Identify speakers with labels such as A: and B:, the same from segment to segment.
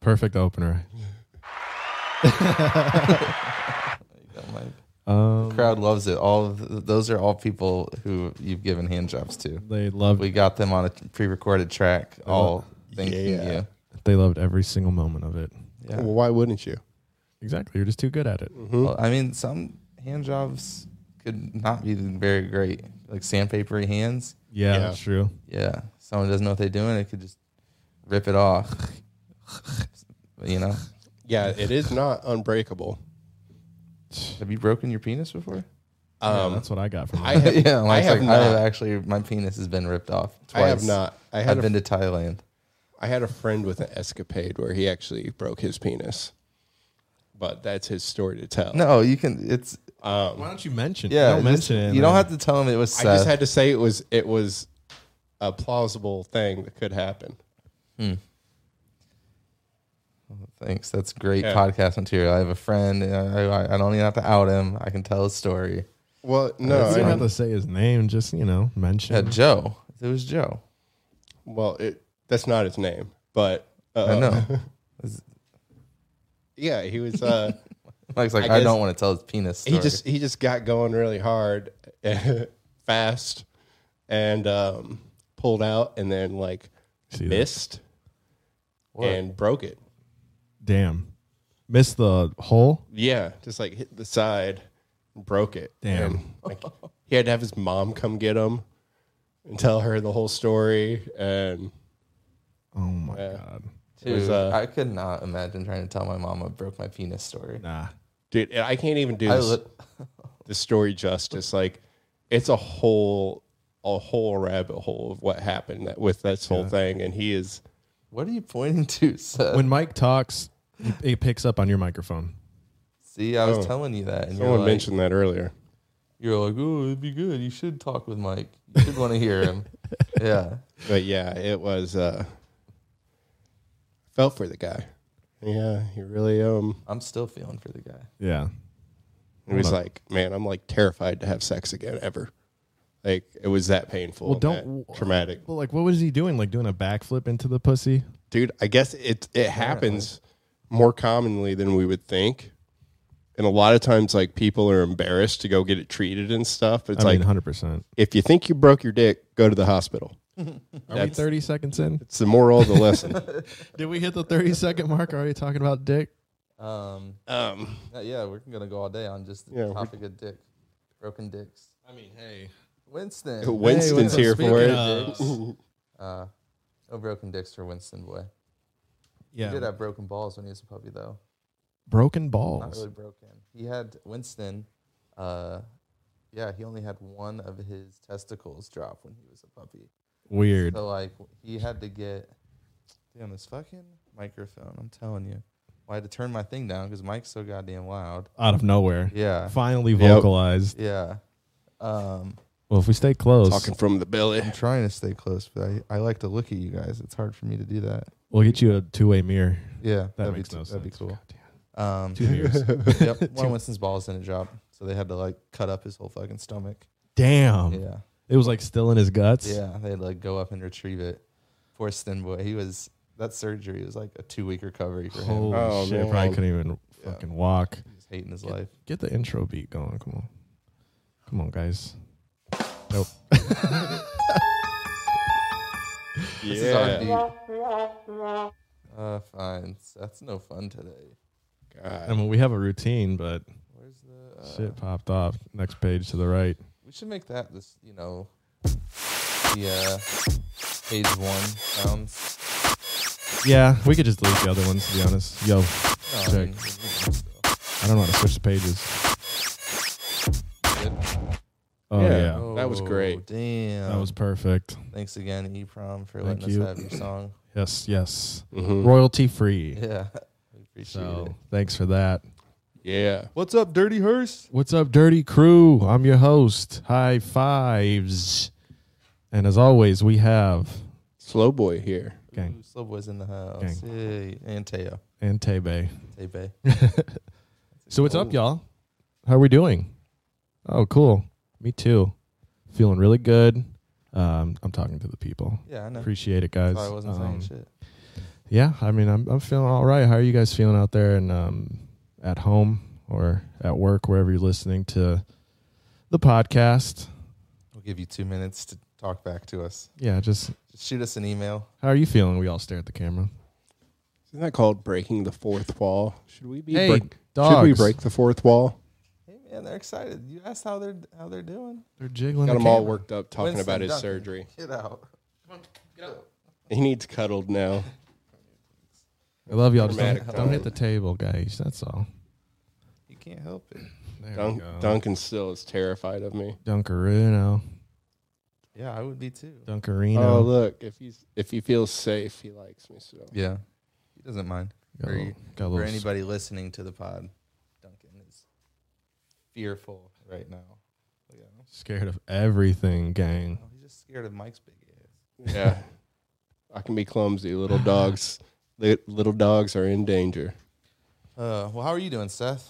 A: Perfect opener.
B: There you go, Mike.
A: Um,
B: Crowd loves it. All of th- those are all people who you've given hand jobs to.
A: they loved
B: We got them on a pre-recorded track. All thanking
C: Yeah.
B: you.
A: they loved every single moment of it.
B: Yeah. Mm-hmm.
C: Well, why wouldn't you?
A: Exactly. You're just too good at it.
B: Well, I mean, some hand jobs could not be very great, like sandpapery hands.
A: Yeah,
C: Yeah.
A: that's true.
B: Yeah, someone doesn't know what they're doing. It could just rip it off. you know,
C: Yeah, it is not unbreakable.
B: have you broken your penis before?
A: Yeah,
C: Um,
A: that's what I got from
C: I
A: it.
C: have,
B: yeah,
C: I
B: Mike's
C: have
B: like, I have
C: not.
B: actually. My penis has been ripped off twice.
C: I have not. I had
B: I've
C: a,
B: been to Thailand.
C: I had a friend with an escapade where he actually broke his penis, but that's his story to tell.
B: No, you can. It's
C: um,
A: Why don't you mention?
B: yeah.
A: don't
B: just-
A: mention it.
B: You don't have to tell him it was.
C: I
B: Seth.
C: just had to say it was it was a plausible thing that could happen.
B: Hmm. Thanks. That's great
C: Yeah.
B: podcast material. I have a friend. and I, I- I don't even have to out him. I can tell his story.
C: Well, no,
A: You
C: I
A: don't have
C: mean,
A: to say his name. Just you know, mention.
B: Yeah,
C: Mhm.
B: Joe. It was Joe.
C: well, it that's not his name, but uh,
B: I know.
C: Yeah, he was. Uh,
B: Mike's like,
C: I
B: I,
C: guess-
B: don't want to tell his penis story.
C: he just he just got going really hard, fast, and um, pulled out, and then like
A: See that?
C: missed
B: What?
C: and broke it.
A: Damn, missed the hole.
C: Yeah, just like hit the side, and broke it.
A: Damn.
C: And, like, he had to have his mom come get him and tell her the whole story. And
A: Oh my
C: Yeah.
A: god.
B: Dude,
C: was, uh,
B: I could not imagine trying to tell my mom I broke my penis story.
A: Nah.
C: dude, and I can't even do
B: I
C: this,
B: li-
C: the story justice. Like, it's a whole a whole rabbit hole of what happened that, with this whole thing. And he is
B: what are you pointing to, Seth?
A: When Mike talks, he- he picks up on your microphone.
B: See, I was
C: Oh.
B: telling you that, and you're
C: someone
B: like,
C: mentioned that earlier.
B: you're like, oh, it'd be good. You should talk with Mike. You should want to hear him. Yeah,
C: But yeah, it was uh felt for the guy. Yeah, he really um
B: I'm still feeling for the guy.
A: Yeah.
C: It was
A: Hold on.
C: like, man, I'm like terrified to have sex again ever. Like it was that painful,
A: Well,
C: and
A: don't-
C: that traumatic,
A: Well, like, what was he doing? Like doing a backflip into the pussy?
C: dude. I guess it it happens more commonly than we would think, and a lot of times, like people are embarrassed to go get it treated and stuff. It's
A: I
C: like
A: mean, hundred percent.
C: if you think you broke your dick, go to the hospital.
A: Are we thirty seconds in?
C: It's the moral of the lesson.
A: Did we hit the thirty second mark? Are we talking about dick?
B: Um,
C: um,
B: uh, yeah, we're gonna go all day on just the
C: Yeah, we-
B: topic of dick, broken dicks.
A: I mean, hey.
B: Winston.
C: Winston's
A: Hey,
C: here
A: speaking
C: for it.
A: of-
B: Uh, no broken dicks for Winston boy. He did
A: yeah.
B: have broken balls when he was a puppy though.
A: Broken
B: Not
A: balls.
B: really broken. He had Winston. Uh, yeah, he only had one of his testicles drop when he was a puppy.
A: Weird.
B: So like he had to get damn this fucking microphone. I'm telling you, I had to turn my thing down because Mike's so goddamn loud.
A: Out of nowhere.
B: Yeah,
A: Finally
C: Yep.
A: vocalized.
B: yeah. Um,
A: Well, if we stay close,
C: talking from the belly.
B: I'm trying to stay close, but I, I like to look at you guys. It's hard for me to do that.
A: we'll get you a two way mirror.
B: Yeah,
A: That
B: that'd
A: makes
B: be,
A: no sense.
B: t- That'd be cool.
A: God damn.
B: Um,
A: Two mirrors.
B: yep, one of Winston's balls didn't drop, so they had to like cut up his whole fucking stomach.
A: Damn.
B: Yeah.
A: It was like still in his guts.
B: Yeah, they had to like go up and retrieve it. Poor thin boy. He was that surgery was like a two week recovery for him.
A: Holy
C: Oh,
A: shit.
C: man.
A: Probably couldn't even
B: Yeah.
A: fucking walk.
B: He was hating his life.
A: Get the intro beat going. Come on. Come on, guys. Nope.
B: This is our beat. Uh, fine. That's no fun today.
C: God.
A: I mean, we have a routine, but
B: Where's the? Uh,
A: shit popped off. Next page to the right.
B: We should make that this. You know, the uh, page one sounds.
A: Yeah, we could just delete the other ones, to be honest. Yo,
B: No, I
A: Check.
B: mean, still
A: I don't know how to switch the pages.
B: good.
A: Oh,
C: Yeah.
A: yeah.
C: That was
B: Oh,
C: great.
B: Damn.
A: That was perfect.
B: Thanks again, EPROM, for
A: Thank
B: letting
A: you.
B: us have your song.
A: Yes, yes.
C: Mhm.
A: Royalty free.
B: Mm-hmm. Yeah, we appreciate it.
A: So thanks for that.
C: Yeah.
B: What's up, Dirty Hearse?
A: What's up, Dirty Crew? I'm your host. High fives. And as always, we have
C: Slow boy here.
A: Gang.
B: Ooh, Slow Boy's in the house.
A: Gang.
B: Hey, and Teo.
A: Antebe.
B: Tebe.
A: So what's up, y'all? How are we doing? Oh, cool. Me too. Feeling really good. Um, I'm talking to the people.
B: Yeah, I know.
A: Appreciate it, guys.
B: Sorry, I wasn't
A: Um,
B: saying shit.
A: yeah, I mean, I'm I'm feeling all right. How are you guys feeling out there and um, at home or at work, wherever you're listening to the podcast?
B: We'll give you two minutes to talk back to us.
A: Yeah, just
B: Just shoot us an email.
A: how are you feeling? We all stare at the camera.
C: Isn't that called breaking the fourth wall? Should we be
A: Hey,
C: break- should we
A: dogs.
C: break the fourth wall?
B: Hey man, they're excited. You asked how they're how they're doing.
A: They're jiggling.
C: Got
A: the
C: him all
A: camera.
C: worked up talking
B: Winston
C: about his
B: Duncan.
C: surgery.
B: Get out.
C: He needs cuddled now.
A: I love y'all. Just
C: Dramatic
A: don't, don't hit
C: time.
A: the table, guys. That's all.
B: You can't help it.
A: There we
C: Dun-
A: go.
C: Duncan still is terrified of me.
A: Dunkarino.
B: Yeah, I would be too.
A: Dunkarino.
C: Oh look, if he's if he feels safe, he likes me so.
B: Yeah, he doesn't mind.
A: got a
B: for
A: little,
B: you-
A: got a
B: For
A: little s-
B: anybody listening to the pod, Duncan is fearful right now. Look at him.
A: scared of everything, gang.
B: Oh, he's just scared of Mike's big ass.
C: Yeah. I can be clumsy. Little dogs li- little dogs are in danger.
B: Uh, well, how are you doing, Seth?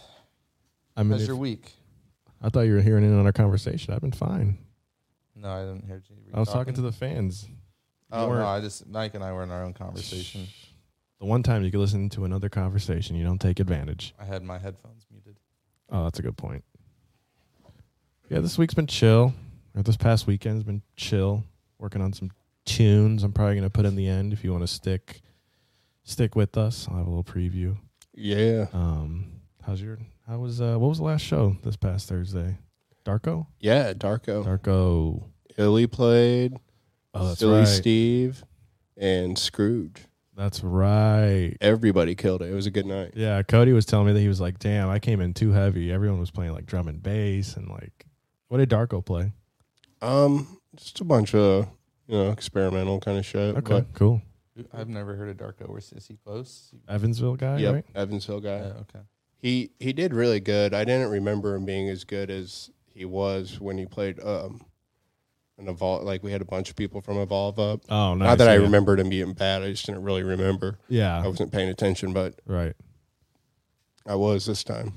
A: I mean,
B: How's
A: if-
B: your week?
A: I thought you were hearing in on our conversation. I've been fine.
B: No, I didn't hear you.
A: I was talking to the fans.
B: Oh
A: weren't.
B: no, I just Mike and I were in our own conversation.
A: The one time you can listen to another conversation, you don't take advantage.
B: I had my headphones muted.
A: Oh, that's a good point. Yeah, this week's been chill. Or this past weekend's been chill. Working on some tunes. I'm probably gonna put in the end if you want to stick stick with us. I'll have a little preview.
C: Yeah.
A: Um, how's your? How was? Uh, what was the last show this past Thursday? Darko.
C: Yeah, Darko.
A: Darko.
C: Illy played,
A: Oh, that's
C: Silly
A: right.
C: Steve, and Scrooge.
A: That's right.
C: Everybody killed it. It was a good night.
A: Yeah, Cody was telling me that he was like, "Damn, I came in too heavy. Everyone was playing like drum and bass and like, what did Darko play?
C: Um, just a bunch of you know experimental kind of shit.
A: Okay,
C: but-
A: cool.
B: I've never heard of Darko. Where is he close?
A: Evansville guy,
C: yep,
A: right?
C: Evansville guy.
B: Uh, Yeah, okay.
C: He he did really good. I didn't remember him being as good as he was when he played um an evolve. Like we had a bunch of people from Evolve up.
A: Oh, nice.
C: Not that I
A: yeah.
C: remembered him being bad. I just didn't really remember.
A: Yeah,
C: I wasn't paying attention, but
A: right.
C: I was this time.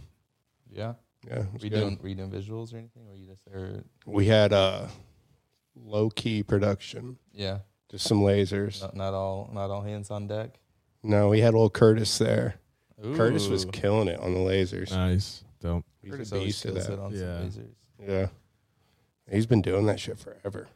B: Yeah.
C: Yeah, it was
B: Were you,
C: good.
B: doing, were you doing visuals or anything? Or you just there?
C: we had uh low key production,
B: Yeah.
C: just some lasers.
B: Not, not all. Not all hands on deck.
C: No, we had old Curtis there. Curtis was
B: Ooh.
C: killing it on the lasers.
A: Nice. Dope.
C: He's
B: Curtis
C: a
B: always
C: beast at
B: kills
C: that.
B: it on
A: Yeah.
B: some lasers.
C: Yeah. He's been doing that shit forever.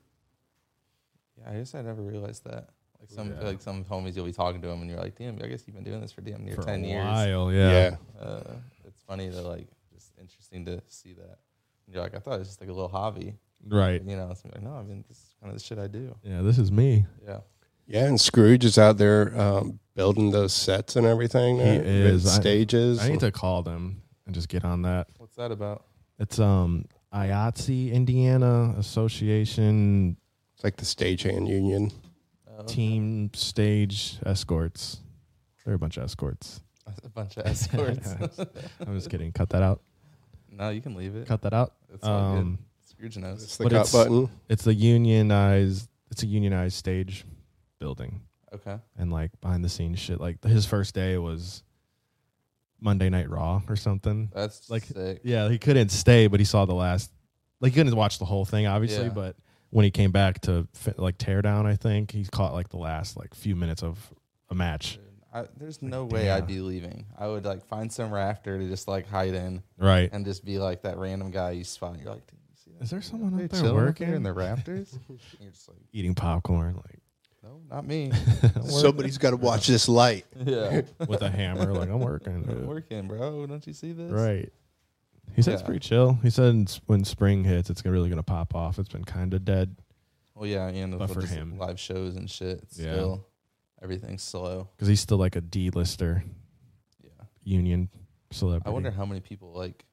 B: Yeah, I guess I never realized that. Like some,
A: Yeah.
B: like some homies, you'll be talking to him, and you're like, "Damn, I guess you've been doing this for damn near
A: For
B: ten
A: a
B: years."
A: while,
C: Yeah.
A: yeah.
B: Uh, it's funny to like, just interesting to see that. And you're like, I thought it was just like a little hobby,
A: Right.
B: you know? So I'm like, no, I mean, this is kind of the shit I do.
A: Yeah, this is me.
B: Yeah,
C: Yeah. And Scrooge is out there um, building those sets and everything.
A: He
C: uh, with
A: is. I-
C: Stages.
A: I need to call them and just get on that.
B: what's that about?
A: It's um IATSE Indiana Association
C: it's like the stagehand union.
B: Uh,
A: Team Stage Escorts. They're a bunch of escorts.
B: a bunch of escorts.
A: I'm just kidding. Cut that out.
B: no, you can leave it.
A: Cut that out.
B: It's all good.
A: Um,
B: Scrooge
C: It's
B: knows.
C: the
A: But
C: cut
A: it's-
C: button.
A: it's a unionized it's a unionized stage building
B: Okay.
A: and like behind the scenes shit like his first day was monday night raw or something
B: That's
A: Like-
B: like sick.
A: yeah he couldn't stay but he saw the last like he couldn't watch the whole thing obviously
B: Yeah.
A: but when he came back to fi- like tear down i think he caught like the last like few minutes of a match
B: I, there's
A: Like,
B: no way
A: damn.
B: I'd be leaving. I would like find some rafter to just like hide in
A: right
B: and just be like that random guy you spot. You're like, Dude, you see that?
A: is there someone
B: They
A: up there
B: chilling up there
A: working
B: in the rafters? And you're just like,
A: eating popcorn like
B: no, not me.
A: I'm working.
C: Somebody's got to watch this light.
B: yeah,
A: with a hammer like i'm working
B: I'm
A: dude.
B: working, bro. Don't you see this?
A: Right. He said it's
B: Yeah.
A: pretty chill. He said it's- when spring hits, it's really going to pop off. It's been kind of dead
B: Well, yeah, and
A: But
B: with
A: for
B: just
A: him.
B: live shows and shit. It's
A: Yeah.
B: Still, everything's slow.
A: because he's still like a D-lister
B: Yeah.
A: union celebrity.
B: I wonder how many people like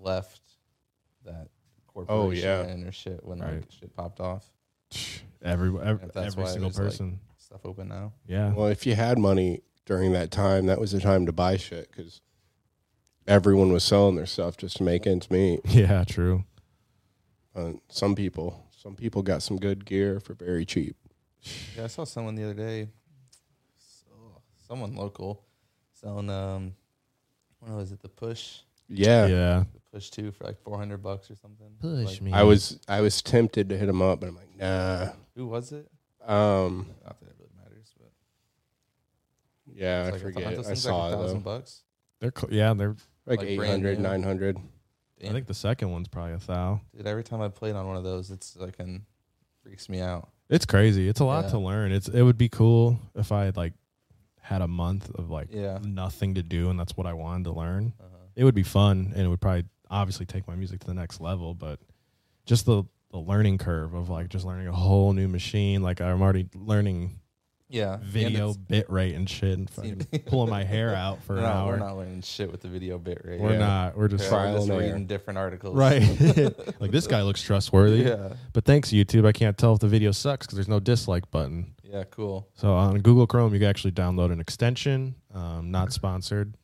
B: left that corporation
C: Oh, yeah.
B: and or shit when like
A: Right.
B: shit popped off.
A: every ev-
B: If that's
A: every
B: why it
A: single
B: was, like-
A: person.
B: Stuff open now.
A: yeah.
C: Well, if you had money during that time, that was the time to buy shit because everyone was selling their stuff just to make ends meet.
A: yeah. True.
C: Uh, some people, some people got some good gear for very cheap.
B: Yeah, I saw someone the other day, s- oh, someone local, selling um, what was it? The push,
C: Yeah.
A: yeah.
B: the push two for like four hundred bucks or something. Like,
A: me.
C: I was I was tempted to hit him up, but I'm like, nah.
B: Who was it?
C: Um,
B: Not that it really matters, but
C: Yeah, I
B: It's like,
C: forget.
B: thought
C: I
B: things
C: saw
B: like a
C: it
B: thousand
C: though.
B: bucks.
A: They're cl- yeah, they're.
C: Like,
B: Like,
C: eight
B: brand
C: hundred,
B: new.
C: nine hundred.
A: I think the second one's probably a thou.
B: Dude, every time I played on one of those, it's like and freaks me out.
A: It's crazy. It's a lot
B: Yeah.
A: to learn. It's it would be cool if I had like had a month of like
B: Yeah.
A: nothing to do, and that's what I wanted to learn.
B: Uh-huh.
A: It would be fun, and it would probably obviously take my music to the next level. But just the the learning curve of like just learning a whole new machine. Like I'm already learning
B: Yeah. and
A: video
B: it's-
A: bit rate and shit, and fucking pulling my hair out for
B: no,
A: an hour.
B: we're not learning shit with the video bit rate.
A: We're
C: Yeah.
A: not. We're just
B: Yeah,
C: Trial
B: we're just
C: and error.
B: reading different articles.
A: right. like this guy looks trustworthy.
B: yeah.
A: But thanks YouTube, I can't tell if the video sucks because there's no dislike button.
B: Yeah. Cool.
A: So on Google Chrome, you can actually download an extension. Um, not sponsored.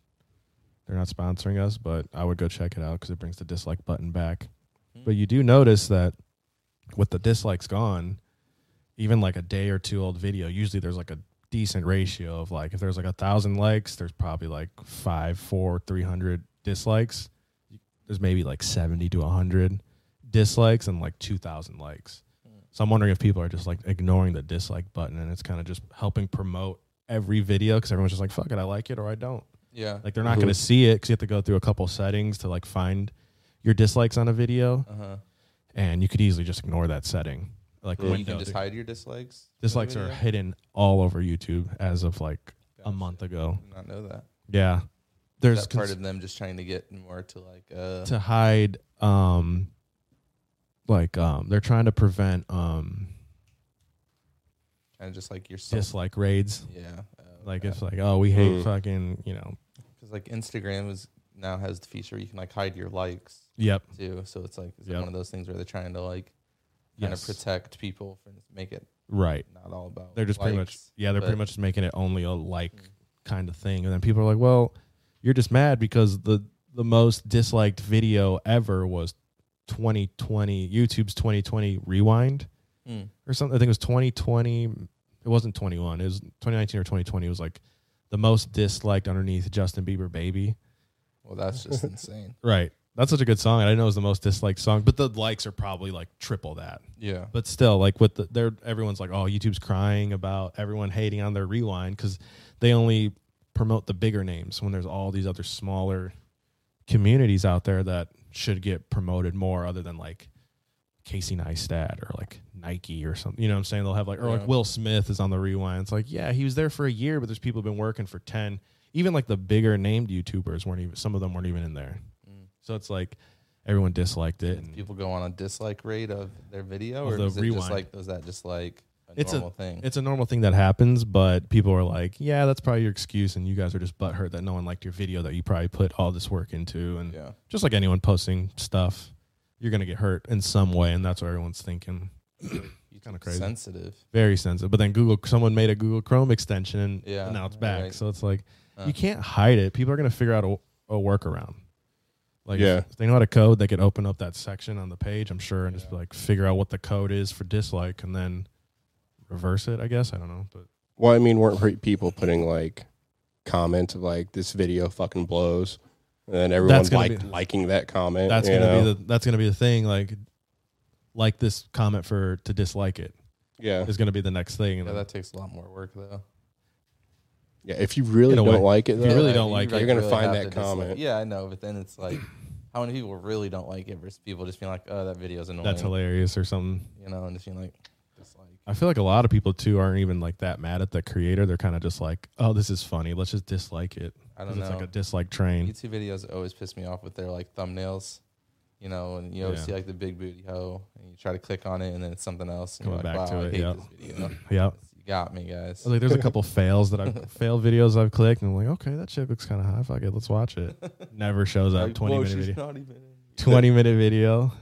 A: They're not sponsoring us, but I would go check it out because it brings the dislike button back. But you do notice that with the dislikes gone, even like a day or two old video, usually there's like a decent ratio of like if there's like a thousand likes, there's probably like five, four, three hundred dislikes. There's maybe like seventy to hundred dislikes and like two thousand likes. So I'm wondering if people are just like ignoring the dislike button and it's kind of just helping promote every video because everyone's just like, fuck it, I like it or I don't.
B: Yeah.
A: Like they're not
C: Mhm.
A: going to see it because you have to go through a couple settings to like find your dislikes on a video,
B: Uh huh.
A: and you could easily just ignore that setting. Like
C: Yeah, you
B: You can
A: Windows,
B: just hide your dislikes. in the
A: dislikes are
B: video?
A: hidden all over YouTube as of like a
B: Gotcha.
A: month ago.
B: Did not know that.
A: Yeah, there's
B: that part
A: cons-
B: of them just trying to get more to like uh
A: to hide um like um they're trying to prevent um
B: kind of just like your self.
A: dislike raids.
B: yeah. Oh,
A: Like
B: okay.
A: it's like oh we hate
C: Mm.
A: fucking you know
B: Because like Instagram is now has the feature you can like hide your likes
A: yep
B: too. So it's like is it
A: Yep.
B: one of those things where they're trying to like kind
A: yes
B: of protect people from make it
A: right
B: not all about.
A: they're just pretty much
B: likes,
A: yeah they're pretty
B: but-
A: much just making it only a like kind of thing and then people are like well you're just mad because the the most disliked video ever was 2020 YouTube's 2020 rewind
B: Mm.
A: or something I think it was 2020 it wasn't 21 it was 2019 or 2020 it was like the most disliked underneath Justin Bieber baby
B: Well, that's just insane.
A: right that's such a good song and I didn't know it was the most disliked song but the likes are probably like triple that
B: Yeah.
A: but still, like with the, they're everyone's like, oh, YouTube's crying about everyone hating on their rewind because they only promote the bigger names when there's all these other smaller communities out there that should get promoted more, other than like Casey Neistat or like Nike or something. You know what I'm saying? They'll have like or
B: Yeah.
A: like Will Smith is on the rewind. It's like, yeah, he was there for a year, but there's people who've been working for ten. Even like the bigger named YouTubers weren't even some of them weren't even in there.
B: Mm.
A: So it's like everyone disliked it.
B: Does
A: and-
B: people go on a dislike rate of their video,
A: Of
B: or
A: the
B: is it
A: rewind.
B: just like is that just like a
A: It's a-
B: normal thing?
A: it's a normal thing that happens, but people are like, yeah, that's probably your excuse, and you guys are just butthurt that no one liked your video that you probably put all this work into, and
B: yeah.
A: just like anyone posting stuff, you're gonna get hurt in some way, and that's what everyone's thinking.
B: You
A: kinda
B: think
A: crazy.
B: Sensitive.
A: Very sensitive. But then Google, someone made a Google Chrome extension, and
B: Yeah,
A: now it's back.
B: right.
A: So it's like
B: Uh,
A: you can't hide it. People are gonna figure out a, a workaround. Like
C: Yeah.
A: if they know how to code, they could open up that section on the page, I'm sure, and just
B: Yeah.
A: like figure out what the code is for dislike, and then reverse it. I guess I don't know, but.
C: Well, I mean, weren't pre- people putting like comments of like this video fucking blows, and then everyone
A: That's gonna
C: like
A: be-
C: liking that comment.
A: that's
C: you
A: gonna
C: know?
A: be the that's gonna be the thing. Like, like this comment for to dislike it
C: yeah,
A: is gonna be the next thing. And
B: Yeah,
A: then
B: that takes a lot more work though.
C: yeah. If you really
A: In a
C: don't
A: way.
C: like it,
A: If you
C: though,
A: really
B: Yeah,
A: don't like it.
C: You're gonna find
B: have
C: that
B: to dislike-
C: comment.
B: Yeah, I know, but then it's like, how many people really don't like it versus people just being like, oh, that video's annoying.
A: that's hilarious or something.
B: You know, and just being like, dislike.
A: I feel like a lot of people too aren't even like that mad at the creator. They're kind of just like, oh, this is funny. Let's just dislike it.
B: I
A: 'Cause
B: don't know.
A: It's like a dislike train.
B: YouTube videos always piss me off with their like thumbnails. You know, and you always
A: Yeah.
B: see like the big booty hoe, and you try to click on it, and then it's something else. And
A: Coming
B: you're
A: back
B: like, wow,
A: to
B: I
A: it,
B: hate
A: yeah.
B: this video.
A: Yeah.
B: you got me, guys.
A: Like there's a couple fails that I've failed videos I've clicked and I'm like, okay, that shit looks kind of high. Fuck it, let's watch it. Never shows up.
B: Like,
A: Twenty
B: whoa,
A: minute
B: she's
A: video.
B: not even in.
A: Twenty minute video.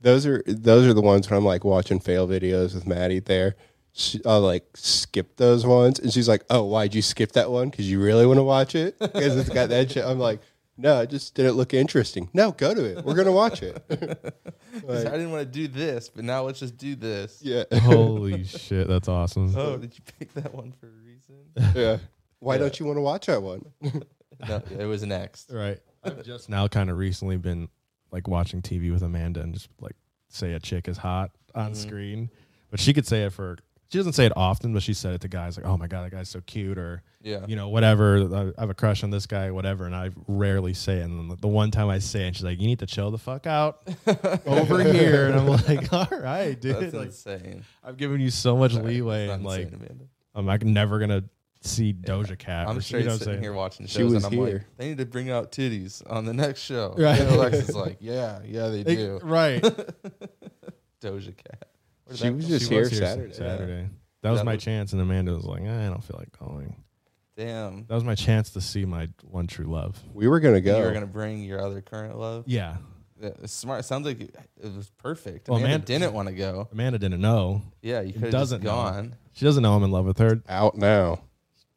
C: those are those are the ones when I'm like watching fail videos with Maddie. There, she, I'll like skip those ones, and she's like, "Oh, why'd you skip that one? Because you really want to watch it? Because it's got that shit." I'm like, "No, it just didn't look interesting. No, go to it. We're gonna watch it."
B: She's like, I
C: Like,
B: didn't want to do this, but now let's just do this.
C: yeah, Uh,
A: Holy shit, that's awesome.
B: Oh, did you pick that one for a reason?
C: yeah. Why
B: Yeah.
C: don't you want to watch that one?
B: no, it was next.
A: Right. I've just now kind of recently been like watching TV with Amanda and just like say a chick is hot on
B: Mhm.
A: screen, but she could say it for She doesn't say it often, but she said it to guys like, "Oh my god, that guy's so cute," or
B: Yeah.
A: you know, whatever. I I have a crush on this guy, whatever. And I rarely say it. And the one time I say it, she's like, "You need to chill the fuck out over here." And I'm like, "All right, dude.
B: That's
A: like,
B: insane.
A: I've given you so much
B: Sorry, that's
A: leeway,
B: not
A: and
B: insane,
A: like,
B: Amanda.
A: I'm like never gonna see Doja Cat.
B: I'm
A: or-
B: straight
A: you know what
B: sitting
A: saying?
B: here watching
C: She
B: shows,
C: was
B: and I'm like,
C: here.
B: they need to bring out titties on the next show.
A: Right.
B: And Alexa's like, yeah, yeah, they
A: Like,
B: do.
A: right.
B: Doja Cat. Where did
C: She
B: that
C: was
B: come
C: just
A: She
C: here
A: was here
C: Saturday.
A: Saturday. That was
B: That
A: my
B: was-
A: chance, and Amanda was like, "Eh, "I don't feel like going."
B: from? Damn.
A: That was my chance to see my one true love.
C: We were gonna
B: You
C: go.
B: were gonna bring your other current love.
A: Yeah,
B: Yeah, it's smart. Sounds like it it was perfect.
A: Well,
B: Amanda
A: Amanda-
B: didn't want to go.
A: Amanda didn't know.
B: Yeah, you could have
A: doesn't
B: just
A: know.
B: gone.
A: She doesn't know I'm in love with her.
C: out now.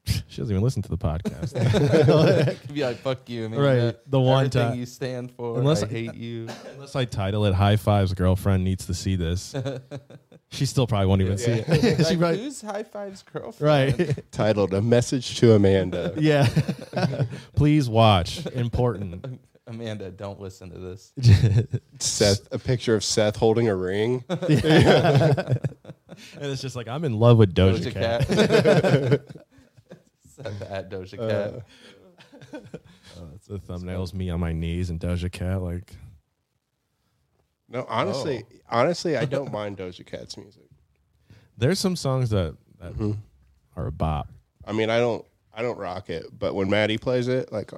A: She doesn't even listen to the podcast.
B: You'd be like, "Fuck you, Amanda.
A: Right, the one
B: Everything
A: time-
B: you stand for.
A: Unless
B: I
A: I-
B: hate you."
A: Unless I title it "High Fives Girlfriend Needs to See This," she still probably won't even see it. she
B: Like,
A: probably,
B: who's high fives girlfriend?
A: right?
C: Titled "A Message to Amanda."
A: yeah. Please watch. Important.
B: Amanda, don't listen to this.
C: Seth, a picture of Seth holding a ring.
A: And it's just like I'm in love with Doja,
B: Doja
A: Cat. Uh,
B: Cat. Seth at Doja Cat.
A: Oh, The thumbnails me on my knees and Doja Cat like
C: No, honestly,
B: Oh.
C: honestly, I don't mind Doja Cat's music.
A: there's some songs that, that are a bop.
C: I mean, I don't, I don't rock it, but when Maddie plays it, like,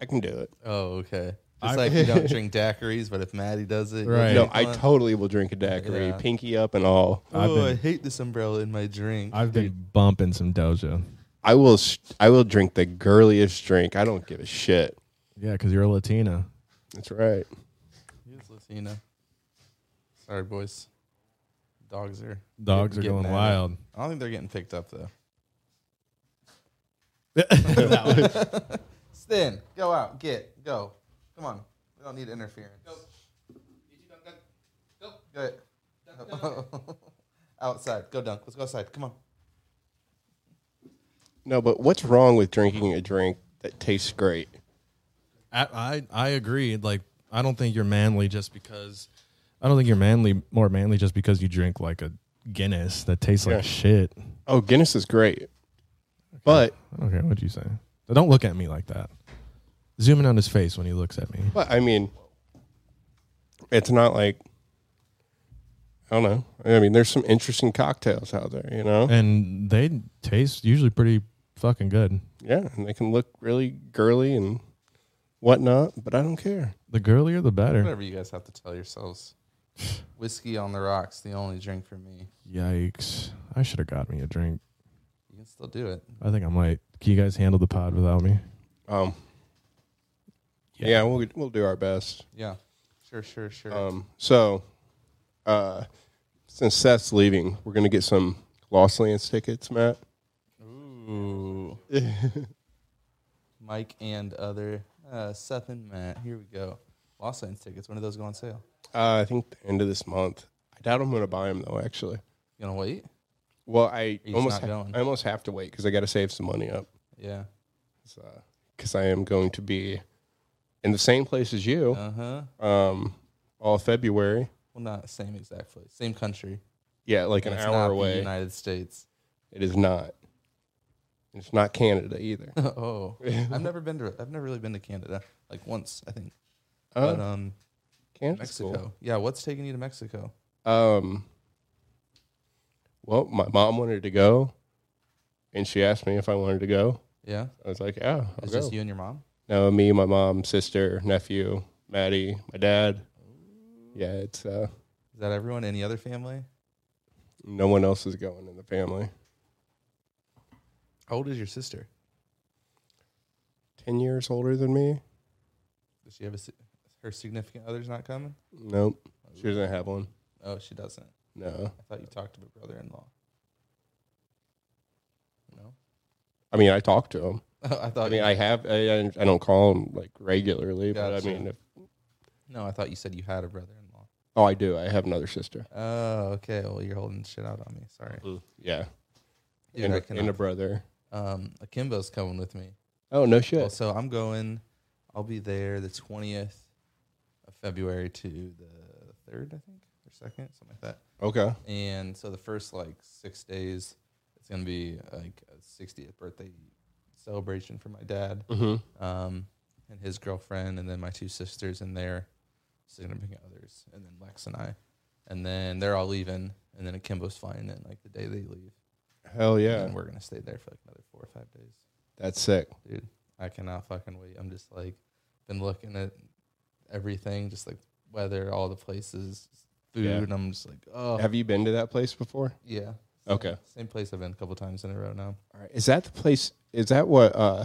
C: I can do it.
B: Oh, okay. Just
A: I-
B: like you don't drink daiquiris, but if Maddie does it, you'll
A: Right.
B: drink
C: No, I
B: one.
C: totally will drink a daiquiri,
B: Yeah.
C: pinky up and all.
A: I've
B: Oh,
A: been-
B: I hate this umbrella in my drink.
A: I've been bumping some Doja.
C: I will, s- I will drink the girliest drink. I don't give a shit.
A: Yeah, because you're a Latina.
C: That's right.
B: He is Latino. Sorry, boys. Dogs are.
A: Dogs
B: Getting-
A: are
B: getting
A: going
B: at it.
A: wild.
B: I don't think they're getting picked up though. Stin, go out, get, go. Come on, we don't need interference. Go. Go. Go. Outside, go dunk. Let's go outside. Come on.
C: No, but what's wrong with drinking a drink that tastes great?
A: I, I I agree. Like I don't think you're manly just because I don't think you're manly more manly just because you drink like a Guinness that tastes
C: Yeah.
A: like shit.
C: Oh, Guinness is great, but,
A: I don't care what you say. But Don't look at me like that. Zoom in on his face when he looks at me.
C: but I mean, it's not like. I don't know. I mean, there's some interesting cocktails out there, you know.
A: And they taste usually pretty fucking good.
C: Yeah, and they can look really girly and whatnot, but I don't care.
A: The girlier the better.
B: Whatever you guys have to tell yourselves. Whiskey on the rocks, the only drink for me.
A: Yikes. I should have got me a drink.
B: You can still do it.
A: I think I might. Can you guys handle the pod without me?
C: Um, yeah. we'll we'll do our best.
B: Yeah. Sure, sure, sure.
C: Um, so, uh, since Seth's leaving, we're gonna get some Lost Lands tickets, Matt. Uh,
B: Ooh. Mike and other uh, Seth and Matt. Here we go. Los Angeles tickets. When do those go on sale?
C: Uh, I think the end of this month. I doubt I'm gonna buy them though. Actually,
B: You gonna wait?
C: well, I
B: He's
C: almost
B: not
C: ha-
B: going.
C: I almost have to wait because I got to save some money up
B: Yeah.
C: because I am going to be in the same place as you
B: Uh huh.
C: um, all February.
B: Well, not same exact place, same country.
C: Yeah, like an
B: It's not
C: hour
B: the
C: away.
B: United States.
C: It is not. It's not Canada either.
B: oh, I've never been to. I've never really been to Canada. Like once, I think.
C: Oh,
B: but um,
C: Canada's
B: Mexico. Yeah. What's taking you to Mexico?
C: cool. Um, well, my mom wanted to go, and she asked me if I wanted to go.
B: Yeah.
C: I was like, "Yeah, I'll
B: It's
C: go."
B: just you and your mom.
C: No, me, my mom, sister, nephew, Maddie, my dad. Yeah, it's uh,
B: Is that everyone? Any other family?
C: no one else is going in the family.
B: How old is your sister?
C: Ten years older than me.
B: Does she have a? si- Her significant other's not coming.
C: Nope, she doesn't have one.
B: Oh, she doesn't.
C: No,
B: I thought you talked to my brother-in-law. No, Oh,
C: I mean, I talk to him.
B: I thought.
C: I mean,
B: you,
C: I have. I, I- I don't call him like regularly, but
B: Gotcha.
C: I mean, if,
B: no, I thought you said you had a brother-in-law.
C: oh, I do. I have another sister.
B: Oh, okay. Well, you're holding shit out on me. Sorry,
C: Yeah,
B: dude.
C: and,
B: I
C: a, and a
B: cannot.
C: brother.
B: um, Akimbo's coming with me.
C: Oh no
B: Well,
C: shit.
B: so I'm going. I'll be there the 20th of February to the 3rd, I think. or second, something like that.
C: Okay.
B: And so the first like six days, it's gonna be like a 60th birthday celebration for my dad
C: Mm-hmm.
B: um, and his girlfriend, and then my two sisters and their significant others, and then Lex and I. And then they're all leaving, and then Akimbo's flying in like the day they leave.
C: Hell
B: And
C: yeah.
B: then we're gonna stay there for like another four or five days.
C: That's sick.
B: Dude, I cannot fucking wait. I'm just like been looking at everything, just like weather, all the places, food,
C: Yeah.
B: and I'm just like, oh
C: Have you been to that place before?
B: yeah.
C: Okay.
B: Same place I've been a couple times in a row now.
C: All right. Is that the place? Is that what uh,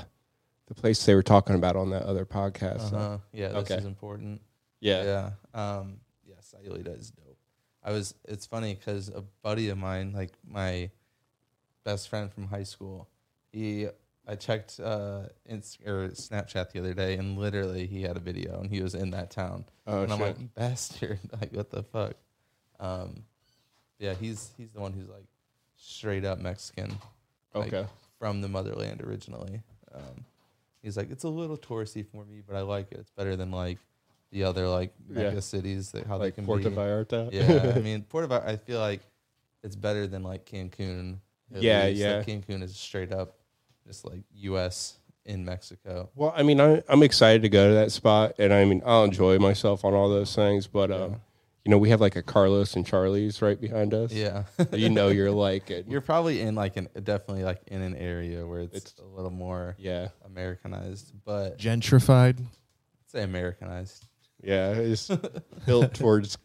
C: the place they were talking about on that other podcast?
B: Uh-huh. Yeah, this
C: Okay.
B: is important.
C: Yeah.
B: Yeah. Um, yeah, Sayulita is dope. I was, it's funny because a buddy of mine, like my best friend from high school, he, I checked uh, Inst- or Snapchat the other day and literally he had a video and he was in that town.
C: Oh
B: and I'm
C: shit.
B: like, "You bastard, like what the fuck? Um, yeah, he's he's the one who's like straight up Mexican like-
C: okay.
B: from the motherland originally. Um, he's like, it's a little touristy for me, but I like it. It's better than like the other like mega
C: Yeah.
B: cities that how
C: like
B: they can
C: Puerto
B: be.
C: Vallarta.
B: yeah, I mean Puerto Vallarta. I feel like it's better than like Cancun. at
C: Yeah,
B: least. Like, Cancun is straight up just like U.S. in Mexico.
C: Well, I mean, I, I'm excited to go to that spot, and I mean, I'll enjoy myself on all those things. But um,
B: Yeah.
C: you know, we have like a Carlos and Charlie's right behind us.
B: Yeah,
C: you know, you're like, it.
B: you're probably in like an definitely like in an area where it's,
C: It's-
B: a little more
C: yeah,
B: Americanized, but I'd
A: Gentrified.
B: say Americanized,
C: yeah, it's built towards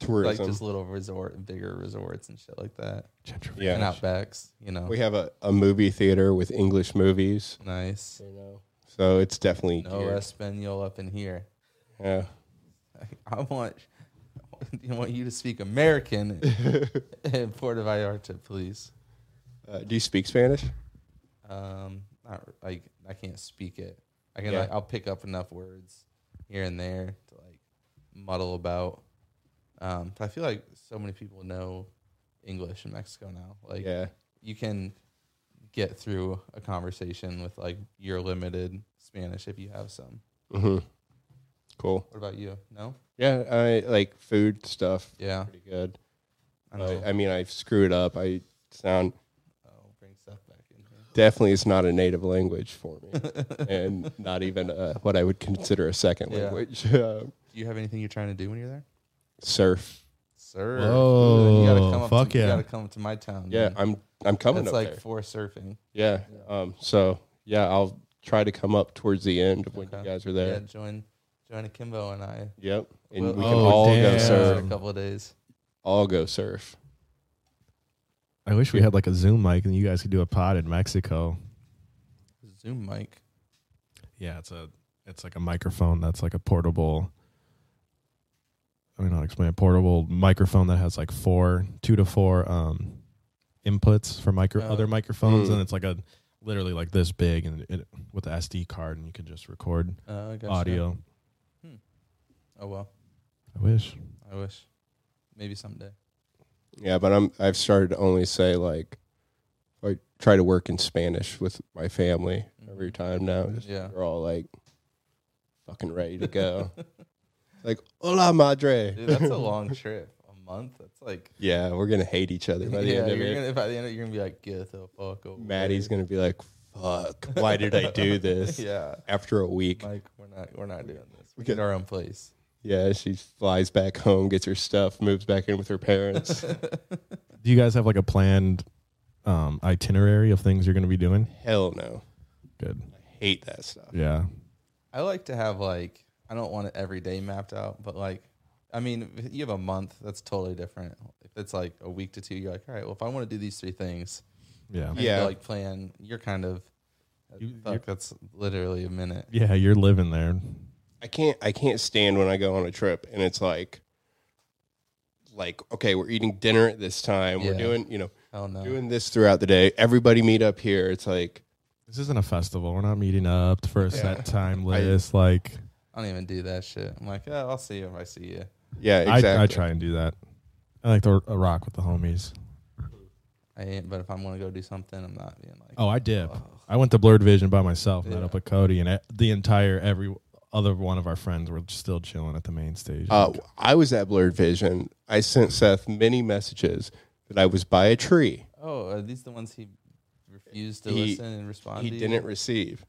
B: like
C: tourism.
B: just little resort, bigger resorts and shit like that,
A: Gentrified.
C: Yeah.
B: and outbacks. You know,
C: we have a, a movie theater with English movies,
B: nice.
C: you know, so it's definitely
B: No
C: geared.
B: Espanol up in here.
C: yeah.
B: I, I want, I want you to speak American in Puerto Vallarta, please.
C: Uh, do you speak Spanish?
B: Um, not r- like I can't speak it. I can
C: Yeah.
B: like I'll pick up enough words here and there to like muddle about. Um, but I feel like so many people know English in Mexico now. Like
C: yeah,
B: you can get through a conversation with like your limited Spanish if you have some.
C: hmm cool.
B: What about you? No?
C: Yeah, I like food stuff.
B: Yeah.
C: Pretty good.
B: I know.
C: I, I mean, I screw it up. I sound
B: oh, bring stuff back in here.
C: definitely it's not a native language for me, and not even uh what I would consider a second
B: Yeah.
C: language. Um,
B: Do you have anything you're trying to do when you're there?
C: surf.
B: Surf.
A: Whoa,
B: you gotta come up
A: fuck
B: to,
A: yeah.
B: You gotta come to my town.
C: Yeah,
B: man.
C: I'm I'm coming
B: Mm-hmm. That's
C: up
B: like
C: there.
B: for surfing.
C: Yeah. Um. So yeah, I'll try to come up towards the end of when you
B: Okay.
C: guys are
B: Yeah,
C: there.
B: join join Akimbo and I.
C: Yep. And
B: Well-
C: we can
A: Oh,
C: all go
A: damn.
B: for
C: surf.
B: a couple of days.
C: All go surf.
A: I wish we had like a Zoom mic and you guys could do a pod in Mexico.
B: Zoom mic.
A: Yeah, it's a it's like a microphone that's like a portable. I mean, not explain a portable microphone that has like four, two to four um, inputs for micro
B: Oh.
A: other microphones,
C: Mm.
A: and it's like a literally like this big and it, with the SD card, and you can just record
B: Uh, I gotcha.
A: audio.
B: Oh well,
A: I wish.
B: I wish. Maybe someday.
C: Yeah, but I'm I've started to only say like I try to work in Spanish with my family every time now. Just,
B: Mm. Yeah.
C: We're all like fucking ready to go. like, hola madre.
B: Dude, that's a long trip. A month. That's like.
C: yeah, we're gonna hate each other by the
B: yeah,
C: end of
B: you're
C: it.
B: gonna, by the end of it, you're gonna be like, get the fuck away.
C: Maddie's gonna be like, Fuck, why did I do this?
B: Yeah.
C: After a week.
B: Like we're not we're not doing this. We
C: Okay.
B: get our own place.
C: Yeah, she flies back home, gets her stuff, moves back in with her parents.
A: Do you guys have like a planned um, itinerary of things you're going to be doing?
C: Hell no.
A: Good.
C: I hate that stuff.
A: Yeah.
B: I like to have like I don't want it every day mapped out, but like I mean, if you have a month, that's totally different. If it's like a week to two, you're like, all right, well, if I want to do these three things,
A: Yeah.
B: I have to,
C: Yeah.
B: like plan. You're kind of uh,
A: You- you're-
B: fuck. That's literally a minute.
A: Yeah, you're living there.
C: I can't I can't stand when I go on a trip and it's like like okay, we're eating dinner at this time. We're
B: Yeah.
C: doing, you know,
B: Hell no.
C: doing this throughout the day. Everybody meet up here. It's like
A: This isn't a festival. We're not meeting up for a set time list. like
B: I don't even do that shit. I'm like, oh, I'll see you if I see you.
C: yeah, exactly.
A: I, I try and do that. I like to r- rock with the homies.
B: I ain't. But if I'm gonna go do something, I'm not being like,
A: Oh, I dip.
B: "Ugh."
A: I went to Blurred Vision by myself, met
B: Yeah.
A: up with Cody, and e- the entire every other one of our friends were still chilling at the main stage.
C: Uh, I was at Blurred Vision. I sent Seth many messages that I was by a tree.
B: Oh, are these the ones he refused to
C: He-
B: listen and respond
C: He
B: to? you?
C: didn't receive.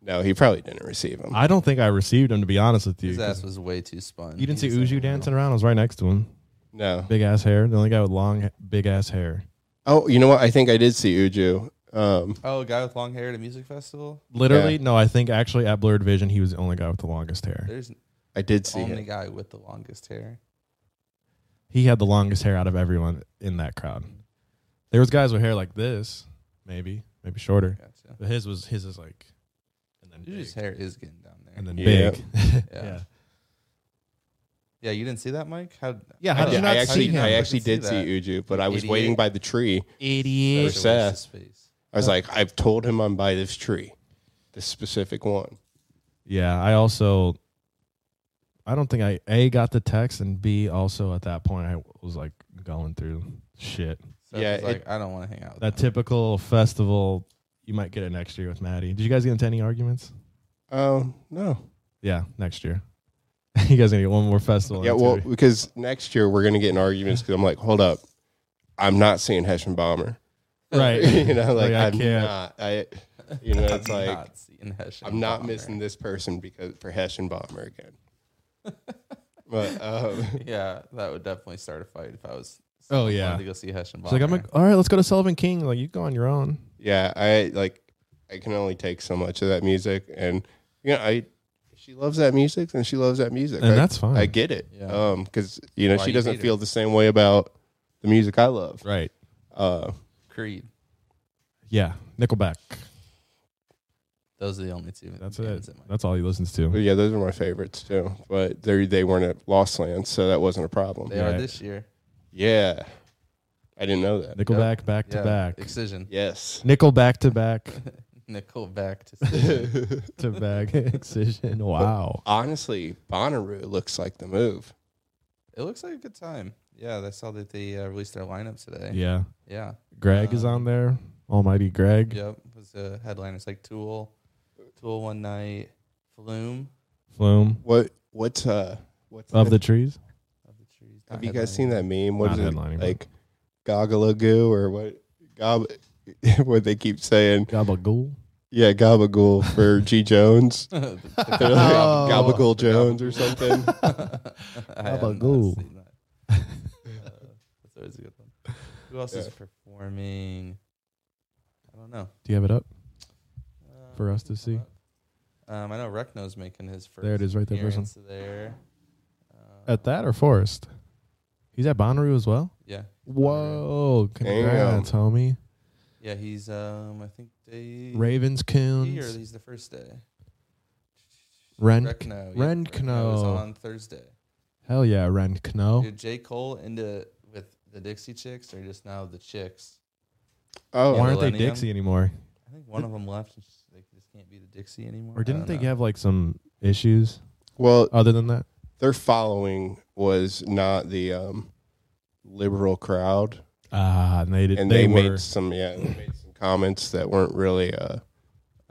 C: No, he probably didn't receive them.
A: I don't think I received him to be honest with you.
B: His
A: 'cause
B: ass was way too spun.
A: You didn't see
B: He was
A: Uju
B: like,
A: dancing around. I was right next to him.
C: No.
A: Big ass hair. The only guy with long, big ass hair.
C: Oh, you know what? I think I did see Uju. Um,
B: Oh, a guy with long hair at a music festival?
A: Literally,
C: Yeah.
A: no. I think actually at Blurred Vision, he was the only guy with the longest hair.
B: There's
C: I did see
B: only
C: him.
B: guy with the longest hair.
A: He had the longest hair out of everyone in that crowd. There was guys with hair like this, maybe, maybe shorter.
B: Gotcha.
A: But his was his is like, and then big,
B: Uju's hair is getting down there.
A: and then
C: Yeah.
A: big.
B: Yeah.
A: yeah.
B: yeah, you didn't see that, Mike? How
A: Yeah,
C: I,
A: how did
C: did-
A: you not
C: I
A: see
C: actually,
A: him?
C: I actually
B: Fucking see
C: did see,
B: that.
C: Uju, but I was
B: Idiot.
C: waiting by the tree.
B: That
A: Idiot.
B: was a
C: Seth.
B: waste of space.
C: I was like, I've told him I'm by this tree, this specific one.
A: Yeah, I also I don't think I A got the text and B also at that point I was like going through shit.
B: Seth
C: Yeah,
B: was like, I don't want to hang out with
A: That
B: him."
A: typical festival you might get it next year with Maddie. Did you guys get into any arguments?
C: Oh no!
A: Yeah, next year. you guys gonna get one more festival.
C: yeah,
A: and
C: well,
A: it's gonna
C: because next year we're gonna get in arguments because I'm like, hold up, I'm not seeing Heshman Bomber,
A: be- right.
C: you know, like,
A: Like, I
C: I'm
A: can't.
C: not, I, you know, it's
B: I'm
C: like
B: not seeing Hessian
C: I'm not
B: Bomber.
C: missing this person because for Heshman Bomber again. but um,
B: Yeah, that would definitely start a fight if I was.
A: Oh,
B: wanted
A: yeah.
B: to go see Hessian
A: It's like I'm
B: Bomber.
A: like, all right, let's go to Sullivan King. Like you go on your own.
C: yeah, I like I can only take so much of that music, and you know, I she loves that music and she loves that music,
A: And
C: I-
A: that's fine.
C: I get it.
B: Yeah.
C: Um, because you know
B: Why
C: she
B: you
C: doesn't
B: hate her.
C: feel the same way about the music I love.
A: right.
C: Uh,
B: Creed.
A: Yeah. Nickelback.
B: Those are the only two.
A: That's
B: bands
A: it.
B: that might-
A: That's all he listens to.
C: but yeah, those are my favorites too. But they they weren't at Lost Lands, so that wasn't a problem.
B: They
A: Right.
B: are this year.
C: Yeah, I didn't know that.
A: Nickelback back to
B: Yeah,
A: back.
B: Excision.
C: Yes.
A: Nickel back to back
B: Nicole back to Excision.
A: to back excision. Wow.
C: Honestly, Bonnaroo looks like the move.
B: It looks like a good time. Yeah, I saw that they uh, released their lineup today. Yeah.
A: Yeah. Greg is
B: Um,
A: on there. Almighty Greg.
B: Yep. Was a headline. It's like Tool, Tool one night, Flume
A: Flume.
C: What what's uh what's
A: Of the trees.
B: of the trees.
C: Have
B: Not
C: you guys
B: headlining.
C: seen that meme? What
A: Not
C: is it
A: headlining, but-
C: like? Gogalagoo or what? Gob- what they keep saying?
A: Gabagool.
C: Yeah, Gabagool for G Jones.
B: The- the-
C: They're like,
A: Oh.
C: Gabagool Jones or
B: Oh. Gabagool.
C: something.
B: I have not
A: Gabagool.
B: seen that. Uh, that's always a good one. Who else is
C: Yeah.
B: performing? I don't know.
A: Do you have it up?
B: Uh,
A: For us to see?
B: Um, I know Rekno's making his first.
A: There it is right there, person.
B: appearance there. Uh,
A: At that or Forest? He's at Bonnaroo as well.
B: Yeah,
A: Whoa. Congrats, homie.
B: yeah. He's um, I think day
A: Ravens
B: three or
A: Coons.
B: he's the first day.
A: Ren
B: Rekno. yeah,
A: Ren
B: Rekno is
A: Kno.
B: on Thursday.
A: Hell yeah, Ren Kno.
B: Dude, J Cole into with the Dixie Chicks or just now the Chicks.
C: Oh,
A: Why aren't they
B: Millennium.
A: Dixie anymore?
B: I think one of them left. And just, they just can't be the Dixie anymore.
A: Or
B: I
A: didn't
B: don't
A: they
B: know.
A: have like some issues
C: well,
A: other than that?
C: their following was not the um, liberal crowd,
A: Ah, and they did.
C: and they,
A: they, were.
C: made some yeah they made some comments that weren't really uh,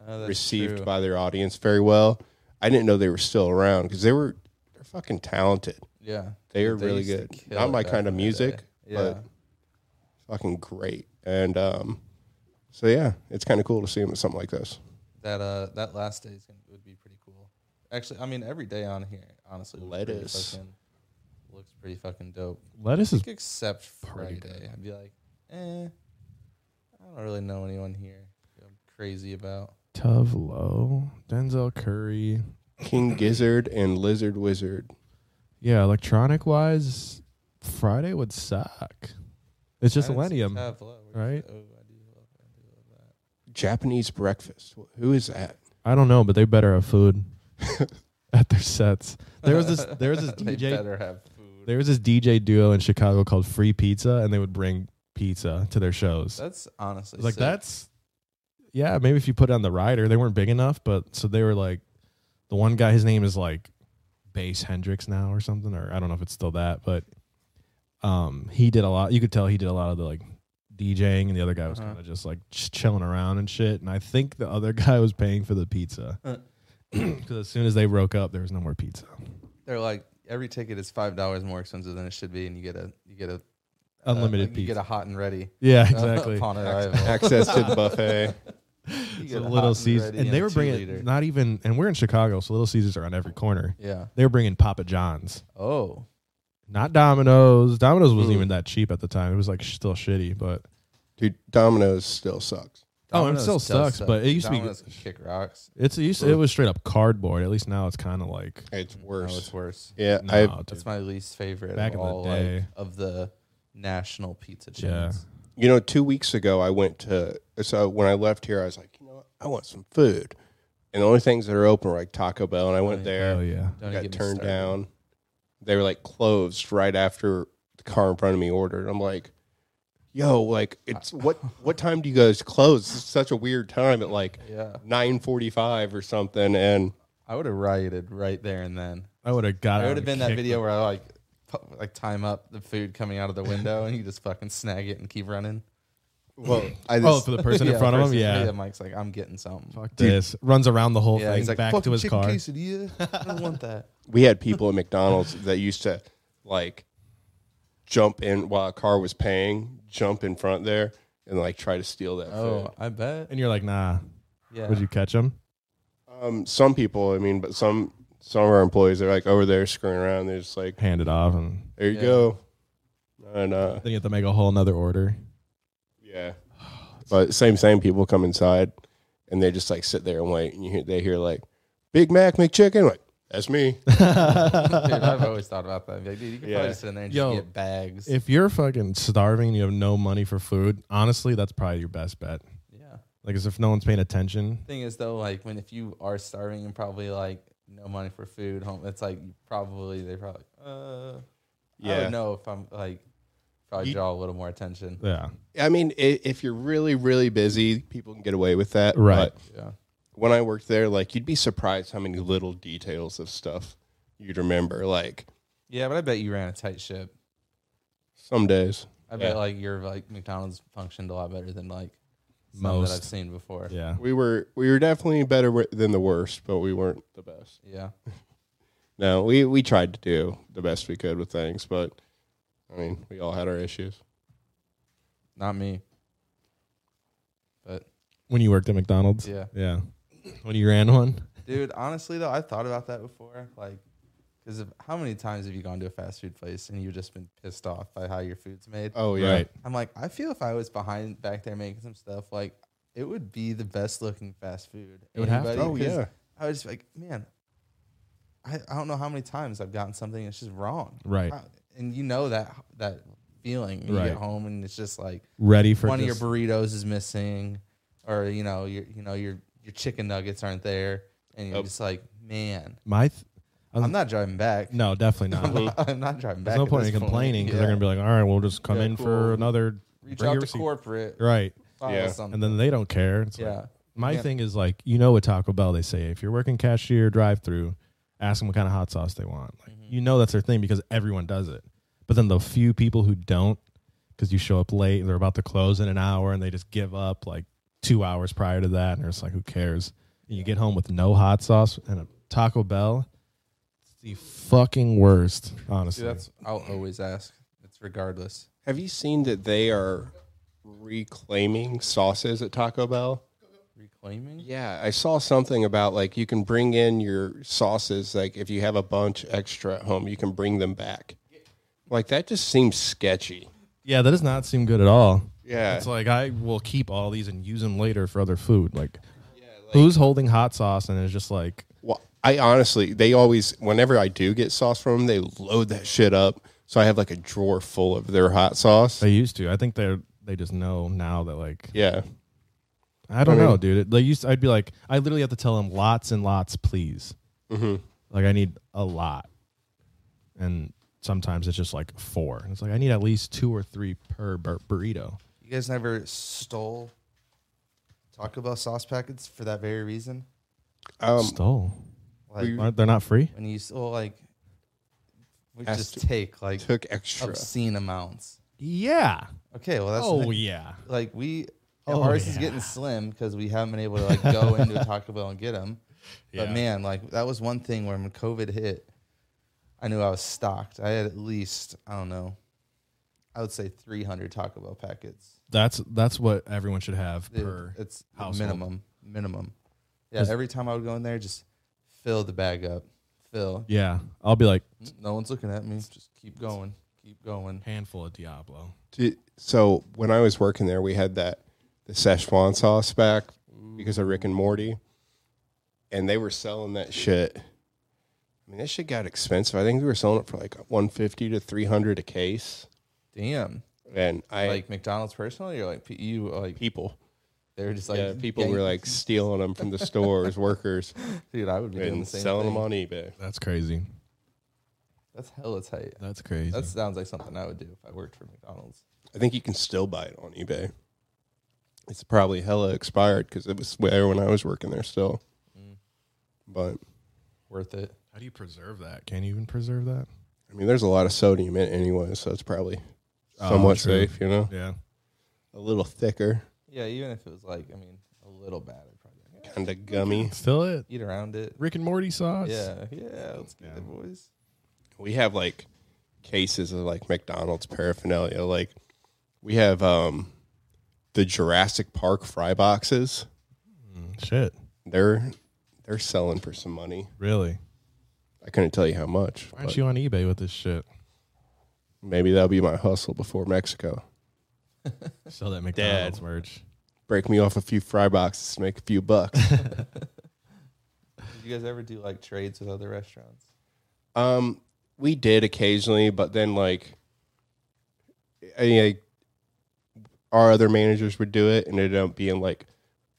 B: Oh, that's
C: received
B: true.
C: by their audience very well. I didn't know they were still around because they were they're fucking talented.
B: Yeah,
C: They are
B: They
C: really
B: used to
C: good.
B: kill
C: Not
B: it
C: my
B: back
C: kind of
B: in the
C: music,
B: day. yeah.
C: but fucking great. And um, so yeah, it's kind of cool to see them at something like this.
B: that uh, that last day is gonna, would be pretty cool. Actually, I mean, every day on here, honestly, looks pretty
C: Lettuce.
B: fucking- looks pretty fucking dope.
A: Lettuce is.
B: Except
A: pretty
B: Friday, I'd be like, eh, I don't really know anyone here. I'm crazy about.
A: Tuvlo. Denzel Curry.
C: King Gizzard and Lizard Wizard.
A: Yeah, electronic wise, Friday would suck. It's just
B: I didn't see
A: Millennium.
B: Tab Low, which-
A: right?
B: Oh, I do love, I do love that.
C: Japanese breakfast. Who is that?
A: I don't know, but they better have food at their sets. There was this there was this
B: they
A: DJ
B: better have food.
A: there was this DJ duo in Chicago called Free Pizza and they would bring pizza to their shows.
B: That's
A: I
B: honestly
A: was like
B: sick.
A: that's yeah, maybe if you put it on the rider, they weren't big enough, but so they were like the one guy his name is like Bass Hendrix now or something or I don't know if it's still that, but um he did a lot you could tell he did a lot of the like DJing and the other guy was
B: Uh-huh. Uh.
A: kind of just like just chilling around and shit and I think the other guy was paying for the pizza. Because as soon as they broke up, there was no more pizza.
B: They're like every ticket is five dollars more expensive than it should be, and you get a you get a
A: Unlimited
B: uh, You
A: pizza.
B: get a hot and ready.
A: yeah,
B: uh,
A: exactly.
B: upon arrival,
C: Access to the buffet.
B: You
A: So
B: get a hot
A: Little Caesars,
B: ready
A: and they
B: a
A: were bringing
B: two-liter.
A: not even, and we're in Chicago, so Little Caesars are on every corner.
B: Yeah.
A: They were bringing Papa John's,
B: Oh.
A: not Domino's. Domino's wasn't
C: Mm.
B: Hmm.
A: even that cheap at the time. It was like still shitty, but
C: Dude, Domino's still sucks.
A: Oh, it
B: Domino's
A: still
B: does
A: sucks,
B: suck.
A: but it used to be
B: Domino's can kick rocks.
A: it's it, used
B: Hmm.
A: to- it was straight up cardboard. At least now it's kind of like
C: It's worse.
B: Worse. No, Mm, it's worse.
C: yeah,
A: no,
C: I
A: dude.
B: That's my least favorite
A: Back in
B: of
A: the
B: all like,
A: day.
B: of the national pizza chains.
A: Yeah.
C: You know, two weeks ago, I went to. So when I left here, I was like, you know what? I want some food. And the only things that are open were like Taco Bell. And I went
A: oh
C: there,
A: yeah,
B: Don't
C: got
B: even get me
C: turned
B: started.
C: down. They were like closed right after the car in front of me ordered. I'm like, yo, like, it's what what time do you guys close? It's such a weird time at like
B: Yeah.
C: 9.45 or something. And
B: I would have rioted right there and then.
A: I would have got.
B: I
A: out
B: would have
A: and
B: been that
A: kicked
B: video
A: them.
B: where I like pu- like time up the food coming out of the window and you just fucking snag it and keep running.
C: well, I
A: Oh,
C: just,
A: for the person in
B: Yeah,
A: front of him,
B: person-
A: yeah.
B: Mike's like, I'm getting something.
A: Fuck this. Runs around the whole
B: yeah,
A: thing
B: he's like,
A: back to
B: "Fucking
A: his
B: chicken
A: car.
B: quesadilla. I don't want that.
C: we had people at McDonald's that used to like jump in while a car was paying, jump in front there and like try to steal that
B: Oh, I bet.
A: And you're like, nah.
B: Yeah.
A: Would you catch him?
C: food. Um, some people, I mean, but some some of our employees are like over there screwing around. They're just like,
A: Hand it off, and
C: there you
B: Yeah.
C: go. And uh,
A: then you have to make a whole another order.
C: yeah, but same same people come inside and they just like sit there and wait. And you hear they hear like Big Mac McChicken. Like that's me.
B: Dude, I've always thought about that. Be Like, dude, you could
C: Yeah.
B: probably just sit in there and
A: Yo,
B: just get bags.
A: If you're fucking starving and you have no money for food, honestly, that's probably your best bet.
B: yeah.
A: Like, as if no one's paying attention.
B: Thing is though, like when if you are starving and probably like no money for food, home, it's like you probably they probably uh, I
C: Yeah.
B: don't know if I'm like probably
C: You-
B: draw a little more attention.
A: Yeah.
C: I mean, i- if you're really really busy, people can get away with that,
A: Right.
C: but
B: Yeah,
C: when I worked there, like you'd be surprised how many little details of stuff you'd remember. Like
B: yeah, but I bet you ran a tight ship.
C: some days,
B: I
C: Yeah.
B: bet like your like McDonald's functioned a lot better than like some that
A: Most.
B: I've seen before.
A: Yeah.
C: we were we were definitely better wi- than the worst, but we weren't the best.
B: Yeah.
C: No, we we tried to do the best we could with things, but I mean, we all had our issues.
B: not me. But
A: When you worked at McDonald's?
B: yeah.
A: Yeah. When you ran one?
B: Dude, honestly though, I thought about that before. Like, because how many times have you gone to a fast food place and you've just been pissed off by how your food's made?
C: Oh yeah,
A: Right.
B: I'm like, I feel if I was behind back there making some stuff, like it would be the best looking fast food.
A: It would have to.
C: oh
B: 'Cause
C: yeah.
B: I was just like, man, I, I don't know how many times I've gotten something that's just wrong.
A: Right.
B: How- and you know that that feeling. when You
A: Right.
B: get home and it's just like
A: Ready for
B: one
A: just-
B: of your burritos is missing, or you know, your you know your your chicken nuggets aren't there, and you're
C: Yep.
B: just like, man,
A: my. Th- I was-
B: I'm not driving back.
A: no, definitely
B: I'm
A: not.
B: not, I'm not driving back.
A: There's no
B: at
A: point in
B: this
A: complaining because
B: Yeah.
A: they're going to be like, all right, we'll just come
B: Yeah,
A: in
B: cool.
A: for another.
B: reach
A: bring
B: out
A: your
B: to
A: receipt.
B: corporate,
A: Right.
B: file
C: Yeah.
B: something.
A: And then they don't care. It's like,
B: yeah,
A: My
B: Yeah.
A: thing is like you know at Taco Bell they say if you're working cashier drive through, ask them what kind of hot sauce they want. Like
B: Mm-hmm.
A: you know that's their thing because everyone does it. But then the few people who don't, because you show up late and they're about to close in an hour and they just give up like two hours prior to that and they're just like who cares? And you get home with no hot sauce and a Taco Bell. It's the fucking worst, honestly.
B: Dude, that's I'll always ask. It's regardless.
C: Have you seen that they are reclaiming sauces at Taco Bell?
B: Reclaiming.
C: Yeah, I saw something about like you can bring in your sauces. Like if you have a bunch extra at home, you can bring them back. Like that just seems sketchy.
A: yeah, that does not seem good at all.
C: Yeah,
A: It's like I will keep all these and use them later for other food. Like, who's holding hot sauce and is just like
C: well, I honestly, they always, whenever I do get sauce from them, they load that shit up. So I have like a drawer full of their hot sauce.
A: They used to. I think they're they just know now that like
C: Yeah,
A: I don't
C: I mean-
A: know, dude. It- They used. I'd be like, I literally have to tell them lots and lots, please.
C: Mm-hmm.
A: Like I need a lot, and sometimes it's just like four. And it's like I need at least two or three per bur- burrito.
B: You guys never stole Taco Bell sauce packets for that very reason.
C: um,
A: Stole.
B: Like
C: We-
A: Aren't, they're not free.
B: when you still like, we
C: Has
B: just
C: to-
B: take like
C: took extra.
B: obscene amounts.
A: Yeah.
B: Okay, well that's the
A: Oh
B: thing.
A: yeah.
B: like we
A: Oh,
B: ours is
A: yeah.
B: getting slim because we haven't been able to like go into a Taco Bell and get them. But man, like that was one thing where when COVID hit, I knew I was stocked. I had at least I don't know, I would say 300 Taco Bell packets.
A: that's that's what everyone should have
B: It-
A: per.
B: it's the
A: household.
B: minimum, minimum. Yeah,
A: 'Cause-
B: every time I would go in there, just fill the bag up, fill.
A: yeah, I'll be like
B: No one's looking at me. Just keep going, keep going.
A: handful of Diablo.
C: Did- so when I was working there, we had that the Szechuan sauce back because of Rick and Morty, and they were selling that shit. I mean, that shit got expensive. I think we were selling it for like one fifty to three hundred a case,
B: Damn,
C: and I
B: like McDonald's personally, or like pe- you like
C: people.
B: they were just like
C: yeah, people
B: gang-
C: were like stealing them from the stores, workers,
B: dude, I would be doing the
C: and
B: same
C: selling
B: thing.
C: them on eBay.
A: That's crazy.
B: That's hella tight.
A: That's crazy.
B: That sounds like something I would do if I worked for McDonald's.
C: I think you can still buy it on eBay. It's probably hella expired because it was there when I was working there still. Mm. But
B: Worth it.
A: How do you preserve that? Can you even preserve that?
C: I mean, there's a lot of sodium in it anyway, so it's probably
A: Oh,
C: somewhat
A: true.
C: safe, you know?
A: Yeah.
C: A little thicker,
B: Yeah, even if it was like, I mean, a little bad, I'd probably be like, "Yeah,
C: kind of gummy.
A: Still it.
B: eat around it.
A: Rick and Morty sauce.
B: Yeah, yeah, let's get
A: Yeah.
B: it, boys.
C: We have like cases of like McDonald's paraphernalia. Like we have um the Jurassic Park fry boxes.
A: Shit.
C: They're they're selling for some money.
A: Really?
C: I couldn't tell you how much.
A: Why aren't
C: but
A: you on eBay with this shit?
C: Maybe that'll be my hustle before Mexico.
A: Sell that McDonald's merch.
C: Break me off a few fry boxes, to make a few bucks.
B: Did you guys ever do like trades with other restaurants?
C: Um, we did occasionally, but then like, I mean, like, our other managers would do it, and it ended up being like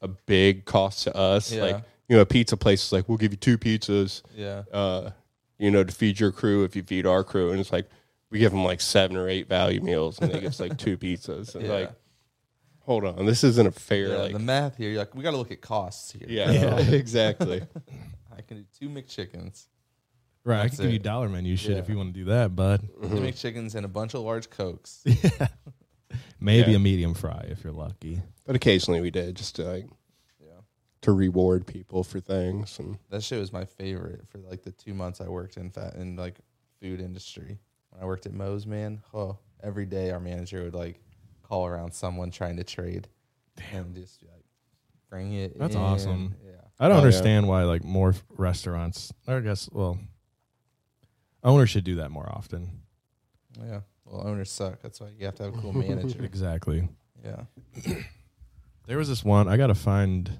C: a big cost to us.
B: Yeah.
C: Like, you know, a pizza place is like, we'll give you two pizzas,
B: Yeah,
C: uh, you know, to feed your crew if you feed our crew, and it's like we give them like seven or eight value meals, and they give us like two pizzas, and
B: Yeah.
C: like, hold on, this isn't a fair
B: yeah.
C: like.
B: the math here, you're like, we got to look at costs here.
C: yeah,
A: Yeah.
C: exactly.
B: I can do two McChickens,
A: Right. I
B: That's
A: could give you
B: it.
A: dollar menu shit
B: Yeah.
A: if you want to do that, bud.
C: Mm-hmm.
B: two McChickens, and a bunch of large cokes.
A: Maybe
C: Yeah.
A: a medium fry if you're lucky.
C: But occasionally we did just to like
B: yeah,
C: to reward people for things and.
B: that shit was my favorite for like the two months I worked in fat in like food industry. When I worked at Moe's, man, oh, every day our manager would like call around someone trying to trade, and just be like, bring it.
A: That's
B: in.
A: awesome.
B: Yeah.
A: I don't
C: Oh, yeah.
A: understand why like more f- restaurants. I guess well, owners should do that more often.
B: Yeah. Well, owners suck. That's why you have to have a cool manager.
A: Exactly.
B: Yeah.
A: There was this one I gotta find.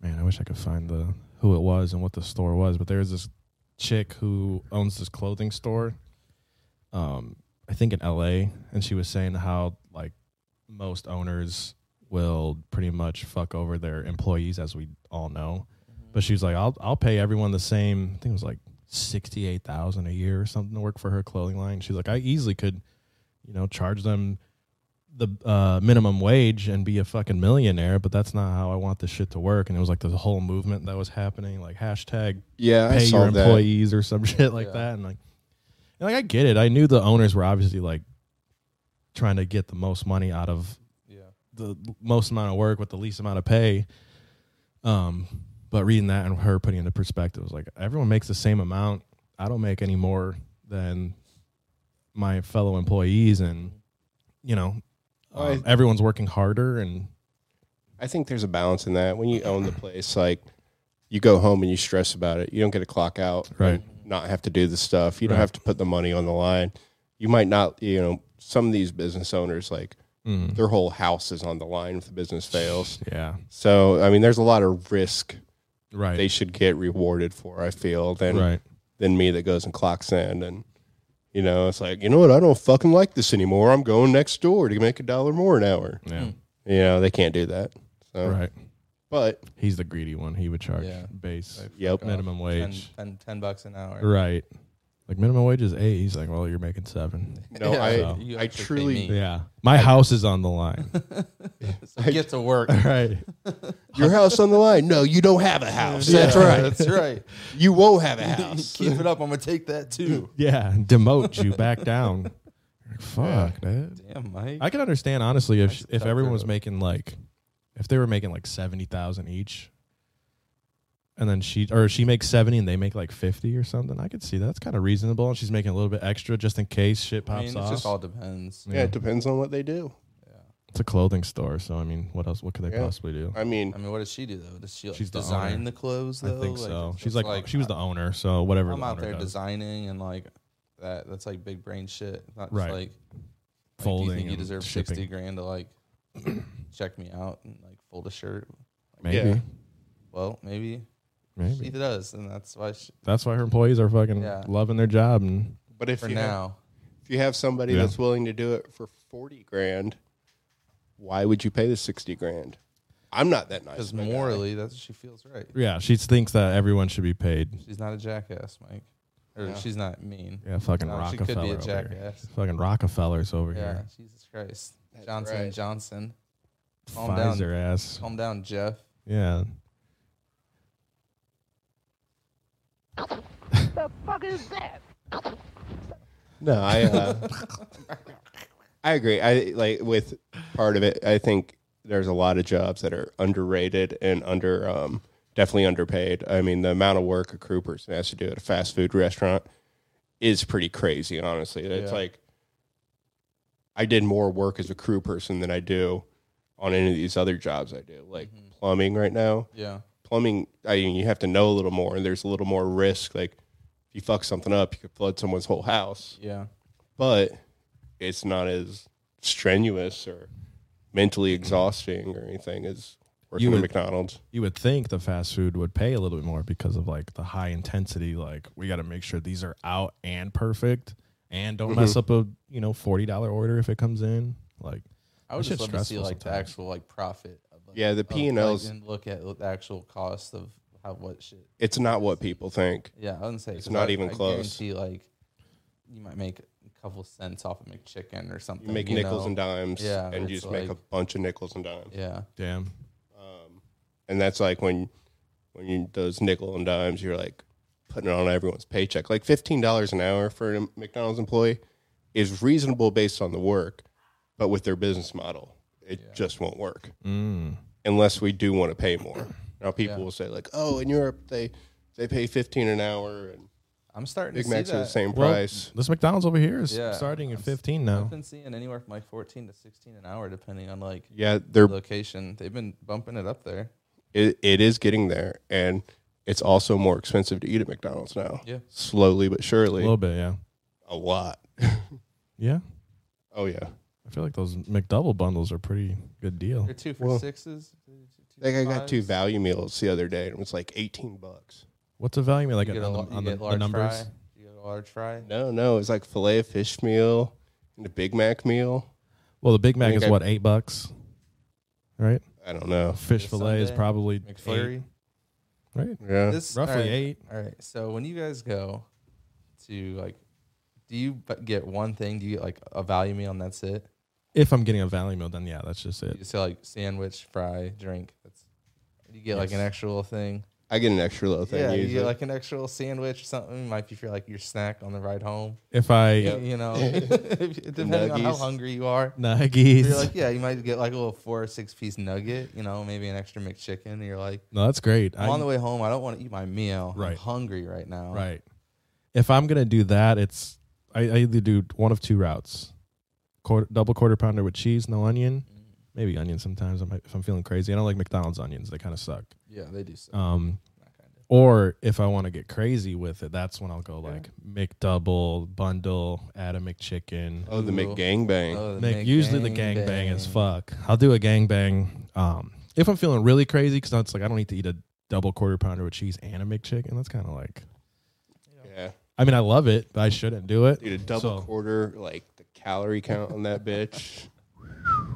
A: Man, I wish I could find the who it was and what the store was, but there was this chick who owns this clothing store. Um, I think in L.A. and she was saying how like most owners will pretty much fuck over their employees, as we all know. But she was like, "I'll I'll pay everyone the same." I think it was like sixty eight thousand a year or something to work for her clothing line. She's like, "I easily could, you know, charge them the uh, minimum wage and be a fucking millionaire, but that's not how I want this shit to work." And it was like this whole movement that was happening, like hashtag
C: Yeah, I
A: pay
C: saw
A: your
C: that.
A: employees or some shit like
B: Yeah.
A: that. And like, and like I get it. I knew the owners were obviously like trying to get the most money out of
B: Yeah.
A: the most amount of work with the least amount of pay. Um, but reading that and her putting it into perspective was like everyone makes the same amount. I don't make any more than my fellow employees, and you know, um,
C: I-
A: everyone's working harder. And
C: I think there's a balance in that. When you own the place, like you go home and you stress about it. You don't get a clock out,
A: Right.
C: and Not have to do the stuff. You don't
A: Right.
C: have to put the money on the line. You might not, you know, some of these business owners like
A: Mm.
C: their whole house is on the line if the business fails.
A: yeah,
C: So I mean, there's a lot of risk
A: right,
C: they should get rewarded for. I feel than
A: right,
C: than me that goes and clocks in and. You know, it's like, you know what? I don't fucking like this anymore. I'm going next door to make a dollar more an hour.
A: yeah,
C: You know, they can't do that. So,
A: right.
C: but
A: He's the greedy one. He would charge
B: Yeah.
A: base
B: Like,
C: Yep.
B: fuck off.
A: minimum
B: Ten,
A: wage,
B: ten- 10 bucks an hour.
A: right? Like minimum wage is eight. He's like, well, you're making seven.
C: No,
B: Yeah,
C: I
A: so
B: you
C: I
B: actually pay
C: truly-
B: me.
A: Yeah, my house is on the line.
B: So get to work.
A: right.
C: your house on the line. No, you don't have a house. That's
B: Yeah,
C: right.
B: That's right.
C: You won't have a house.
B: Keep it up. I'm gonna take that too.
A: Yeah, and demote you back down. Like, Fuck, dude.
B: Damn, Mike.
A: I could understand honestly if
B: That's a
A: if
B: tough
A: everyone was
B: road.
A: making like if they were making like seventy thousand each, and then she or she makes 70 and they make like 50 or something. I could see that's kind of reasonable and she's making a little bit extra just in case shit
B: I
A: pops
B: mean, it
A: off.
B: just all depends.
A: Yeah.
C: Yeah, it depends on what they do.
A: it's a clothing store, so I mean, what else what could they
C: Yeah.
A: possibly do?
C: I mean,
B: I mean, what does she do though? Does she like,
A: She's the
B: design
A: owner.
B: the clothes
A: I
B: though?
A: think
B: Like,
A: so.
B: it's-
A: She's
B: it's
A: like, she was the owner, so whatever
B: I'm
A: the
B: out
A: owner
B: there
A: does.
B: designing and like that. That's like big brain shit. Not
A: Right.
B: just like Like, do
A: Folding
B: you think you
A: and
B: deserve sixty
A: shipping.
B: grand to like check me out and like fold a shirt?
A: Maybe.
C: Yeah.
B: Well, maybe, she
A: Maybe.
B: does, and that's why she,
A: That's why her employees are fucking
B: Yeah.
A: loving their job and
C: but if
B: for
C: you have,
B: now.
C: if you have somebody
A: Yeah.
C: that's willing to do it for forty grand, why would you pay the sixty grand? I'm not that nice.
B: Because
C: of a guy.
B: morally, that's she feels right.
A: yeah, she thinks that everyone should be paid.
B: She's not a jackass, Mike, or
C: Yeah.
B: she's not mean.
A: Yeah, fucking
B: No, Oh, she
A: Rockefeller.
B: could be a
A: over here.
B: jackass.
A: Fucking Rockefellers over
B: Yeah,
A: here.
B: Jesus Christ,
C: That's
B: Johnson
C: right.
B: Johnson, Calm
A: Pfizer
B: down.
A: ass.
B: calm down, Jeff.
A: Yeah.
C: No, I uh, I agree. I like with part of it. I think there's a lot of jobs that are underrated and under um, definitely underpaid. I mean, the amount of work a crew person has to do at a fast food restaurant is pretty crazy. Honestly, it's
B: Yeah.
C: like I did more work as a crew person than I do on any of these other jobs I do, like plumbing right now
B: Yeah,
C: plumbing i mean you have to know a little more and there's a little more risk like if you fuck something up you could flood someone's whole house
B: yeah,
C: but it's not as strenuous or mentally exhausting or anything as working
A: You
C: at
A: would-
C: mcdonald's
A: You would think the fast food would pay a little bit more because of like the high intensity, like we gotta make sure these are out and perfect and don't mess up a you know forty dollar order if it comes in. Like
B: I would
A: That shit's
B: just love to see
A: stressful
B: like the
A: sometimes.
B: actual like profit. Of, like,
C: Yeah, the
B: of, like,
C: P&Ls.
B: and look at the actual cost of how what shit
C: it's not what people think
B: Yeah, I wouldn't say it's
C: not even close.
B: Guarantee like you might make a couple cents off of McChicken or something.
C: you make nickels
B: know?
C: and dimes
B: Yeah,
C: and you
B: it's
C: just make a
B: like-
C: bunch of nickels and dimes
B: Yeah,
A: damn.
C: um, and that's like when when you those nickel and dimes you're like putting it on everyone's paycheck like $15 an hour for a mcdonald's employee is reasonable based on the work but with their business model it just won't work
A: Mm.
C: unless we do want to pay more now people
B: Yeah.
C: will say like oh in europe they they pay 15 an hour and
B: I'm starting
C: big
B: to see
C: macs
B: that.
C: are the same
A: Well,
C: price
A: This McDonald's over here is
B: Yeah,
A: starting at
B: I'm s-
A: fifteen
B: I've
A: now.
B: been seeing anywhere from like 14 to 16 an hour, depending on like
C: yeah they're
B: location. They've been bumping it up there.
C: it, it is getting there and it's also more expensive to eat at mcdonald's now
B: Yeah.
C: slowly but
A: A
C: surely
A: little bit, yeah.
C: a lot
A: Yeah.
C: oh yeah
A: I feel like those McDouble bundles are pretty good deal.
B: They're two for
C: Well,
B: sixes. two- two
C: Like
B: for
C: I got two
B: fives.
C: value meals the other day, and it was like eighteen bucks.
A: What's the value? Like
B: You
A: on
B: get a
A: the,
B: lo- you
A: on the,
B: get
A: the
B: large
A: numbers?
B: fry. You get a large fry.
C: No, no, it was like filet of fish meal and a Big Mac meal.
A: Well, the Big
C: I
A: Mac
C: think
A: is
C: I-
A: what eight bucks, right?
C: I don't know.
A: Fish
B: This
A: fillet is
B: Sunday,
A: probably eight,
B: McFlurry.
A: right?
C: Yeah,
B: This
A: Roughly
B: all right,
A: eight.
B: All right. So when you guys go to like, do you bu- get one thing? Do you get like a value meal and that's it?
A: If I'm getting a value meal, then yeah, that's just
B: You
A: it.
B: just say like sandwich, fry, drink. That's you get like an
A: Yes.
B: extra little thing.
C: I get an extra little thing.
B: yeah, you
C: usually.
B: get like an extra little sandwich or something. Might be for like your snack on the ride home.
A: If I
B: You know, depending on how
C: nuggies.
B: hungry you are.
A: nuggies,
B: You're like, yeah, you might get like a little four or six piece nugget. You know, maybe an extra McChicken. And you're like,
A: no, that's great.
B: I'm
A: I-
B: on the way home. I don't want to eat my meal. I'm
A: Right.
B: hungry right now.
A: right. If I'm gonna do that, it's I, I either do one of two routes: quarter, double quarter pounder with cheese, no onion,
B: Mm,
A: maybe onion sometimes. I might, if I'm feeling crazy, I don't like McDonald's onions; they kind of suck.
B: Yeah, they do. So.
A: Um,
B: That kind of.
A: or if I want to get crazy with it, that's when I'll go like McDouble bundle, add a McChicken.
C: oh, the
B: Ooh.
C: McGangbang.
B: Oh, the
A: Nick,
B: Mc
A: usually the gang bang. is fuck. I'll do a gang bang um, if I'm feeling really crazy because it's like I don't need to eat a double quarter pounder with cheese and a McChicken. That's kind of like
C: Yeah,
A: I mean I love it, but I shouldn't do it.
C: dude, a double
A: So-
C: quarter, like the calorie count on that bitch,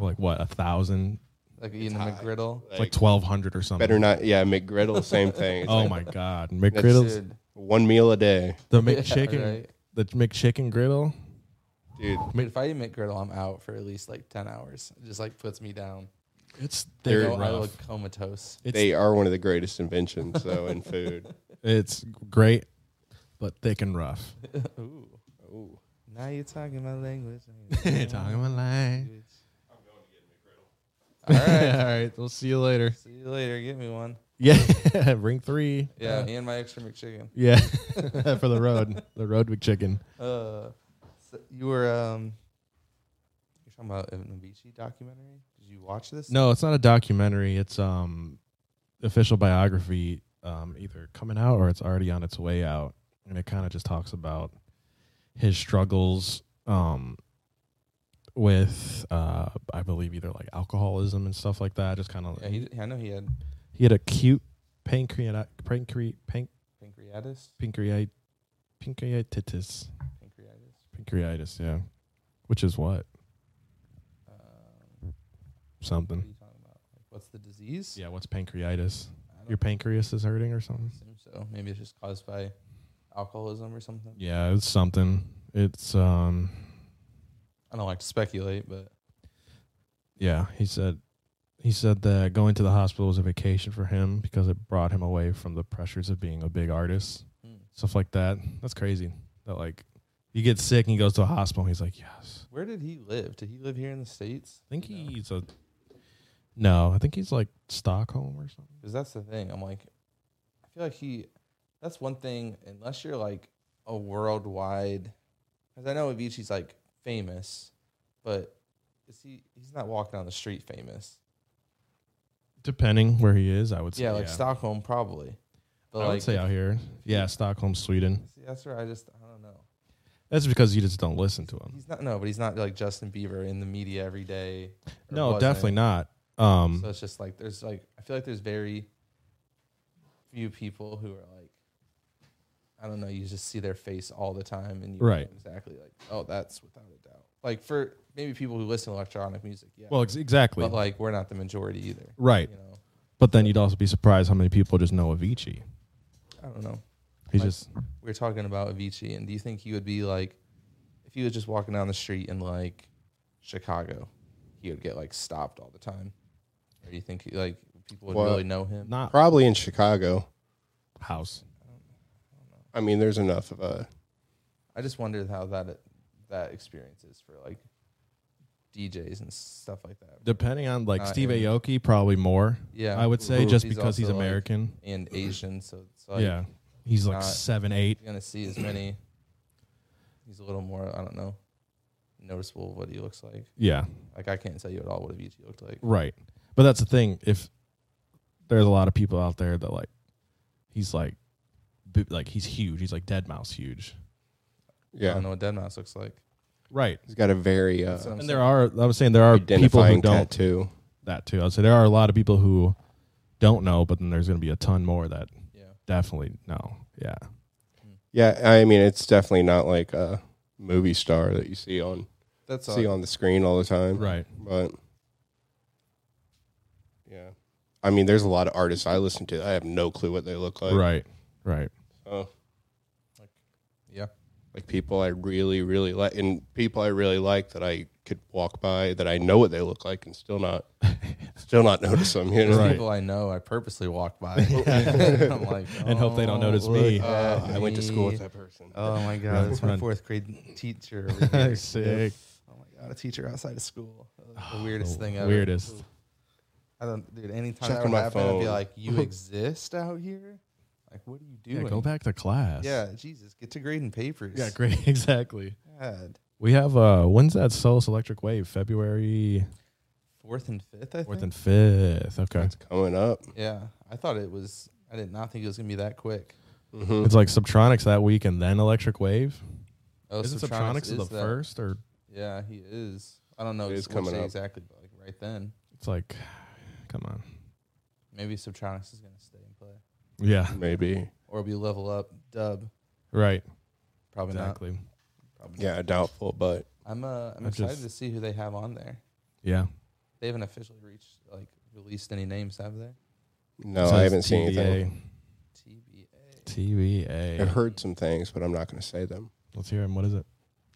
A: Like what a thousand,
B: Like eating a
C: high.
B: McGriddle.
A: like, twelve hundred or something.
C: better not. Yeah, McGriddle, same thing. It's
A: oh
C: like
A: my god, McGriddles,
B: Dude.
C: one meal a day,
A: the
B: Yeah,
A: McChicken,
B: right.
A: the McChicken griddle.
C: dude.
B: Dude, if I eat McGriddle, I'm out for at least like ten hours. It just like puts me down.
A: It's
B: I
A: they're
B: go- I
A: rough.
B: look comatose.
A: It's
C: They are one of the greatest inventions, though, in food.
A: it's great, but thick and rough.
B: Ooh.
C: Ooh.
B: Now you're talking my language.
A: Talking about lying.
B: All right.
A: All right, we'll see you later.
B: See you later. Get me one.
A: Yeah, ring three.
B: Yeah, and my extra McChicken.
A: yeah, for the road, the road McChicken.
B: Uh, so you were um, you're talking about an Avicii documentary. Did you watch this?
A: No, it's not a documentary. It's um official biography um either coming out or it's already on its way out and it kind of just talks about his struggles um with uh I believe either like alcoholism and stuff like that just kind of
B: Yeah,
A: he,
B: he, I know he had
A: had acute pancreatic pancre pan,
B: pancreatitis.
A: pancreat pancreatitis
B: Pancreatitis.
A: pancreatitis yeah which is what
B: Um, what are
A: something
B: you talking about? Like, what's the disease?
A: yeah what's pancreatitis
B: I don't
A: your pancreas is hurting or something
B: assume so. Maybe it's just caused by alcoholism or something.
A: Yeah, it's something. It's um
B: I don't like to speculate, but
A: yeah, he said he said that going to the hospital was a vacation for him because it brought him away from the pressures of being a big artist.
B: Hmm.
A: Stuff like that. That's crazy. That like you get sick and he goes to a hospital and he's like, Yes.
B: where did he live? Did he live here in the states?
A: I think
B: You know?
A: he's a No, I think he's like Stockholm or something.
B: Because that's the thing. I'm like, I feel like he. That's one thing. Unless you're like a worldwide, because I know Avicii's like famous, but is he? He's not walking down the street famous.
A: Depending where he is, I would say.
B: yeah, like Stockholm probably. But
A: I
B: like,
A: would say out here. Yeah, Stockholm, Sweden.
B: see, that's where I just I don't know.
A: That's because you just don't listen to him.
B: He's not no, but he's not like Justin Bieber in the media every day. or
A: No,
B: wasn't.
A: definitely not. Um
B: So it's just like there's like I feel like there's very few people who are like I don't know, you just see their face all the time and you know
A: Right.
B: exactly like, oh that's without a doubt. Like for maybe people who listen to electronic music, yeah.
A: well, ex- exactly.
B: but like we're not the majority either.
A: right.
B: You know.
A: But then you'd also be surprised how many people just know Avicii.
B: I don't know.
A: He's
B: Like-
A: just
B: We are talking about Avicii and do you think he would be like if he was just walking down the street in like Chicago, he would get like stopped all the time? Or do you think like people would
C: Well,
B: really know him?
A: not
C: Probably in Chicago.
A: house.
C: I mean, there's enough of a.
B: I just wonder how that that experience is for like DJs and stuff like that.
A: Depending on like
B: Not
A: Steve
B: him.
A: Aoki, probably more.
B: Yeah,
A: I would say
B: Who-
A: just
B: he's
A: because he's
B: also, like,
A: American.
B: and Asian, so it's like
A: yeah, he's like
B: not-
A: seven eight.
B: you're gonna see as many. He's a little more, I don't know, noticeable what he looks like.
A: Yeah,
B: Like I can't tell you at all what Avicii looked like.
A: right. But that's the thing. If there's a lot of people out there that like, he's like, b- like he's huge. He's like dead mouse huge.
B: I don't
C: Yeah,
B: know what Dead Mouse looks like.
A: Right.
C: he's got a very uh,
B: That's what I'm
A: And
B: saying.
A: there are I was saying there are people who
C: identifying
A: don't
C: tattoo.
A: that too. I would say there are a lot of people who don't know, but then there's going to be a ton more that
B: yeah,
A: definitely know. Yeah.
C: Yeah, I mean, it's definitely not like a movie star that you see on
B: that's
C: see
B: all.
C: on the screen all the time.
A: Right.
C: But yeah, I mean, there's a lot of artists I listen to. I have no clue what they look like.
A: right. Right.
C: So,
B: Yeah,
C: like people I really, really like, and people I really like that I could walk by that I know what they look like and still not, still not notice them. You know,
B: there's
A: Right.
B: people I know. I purposely walk by. I'm like,
A: And hope they don't
B: "Oh,
A: notice
B: look
A: me."
B: at
C: Uh, I went to school with
B: me."
C: that person.
B: Oh my
A: Run,
B: god, that's my
A: run.
B: fourth grade teacher. over here.
A: Sick. Ah,
B: Oh my god, a teacher outside of school. That was The weirdest
A: the
B: thing ever.
A: weirdest.
B: I don't, dude. Anytime that
C: Checking
B: would
C: my
B: happen, I'd
C: phone.
B: be like, "You exist out here? Like, what are you
A: Yeah,
B: doing?
A: go back to class.
B: Yeah, Jesus, get to grading papers.
A: Yeah, great. Exactly.
B: God.
A: We have uh when's that Solus Electric Wave? February
B: Fourth and fifth, I
A: fourth and
B: think.
A: fifth. Okay.
C: It's coming up.
B: yeah, I thought it was. I did not think it was gonna be that quick.
C: Mhm.
A: It's like Subtronics that week and then Electric Wave.
B: Oh,
A: Isn't
B: Subtronics
A: Subtronics, the
B: is that-
A: first or
B: Yeah, he is. I don't know
C: It
B: it's
C: is coming up.
B: exactly, but like right then,
A: it's like come on.
B: maybe Subtronics is gonna stay and play,
A: Yeah.
C: Maybe.
B: or it'll be level up dub.
A: Right.
B: Probably not.
A: Exactly.
B: Probably
C: Yeah, doubtful, but
B: not. I'm uh, I'm
A: I
B: excited
A: just-
B: to see who they have on there.
A: Yeah.
B: They haven't officially reached like released any names, have they?
C: no,
A: It says
C: Oh, I haven't seen anything.
B: TBA.
A: TBA.
C: I
A: TBA.
C: heard some things, but I'm not going to say them.
A: Let's hear him. What is it?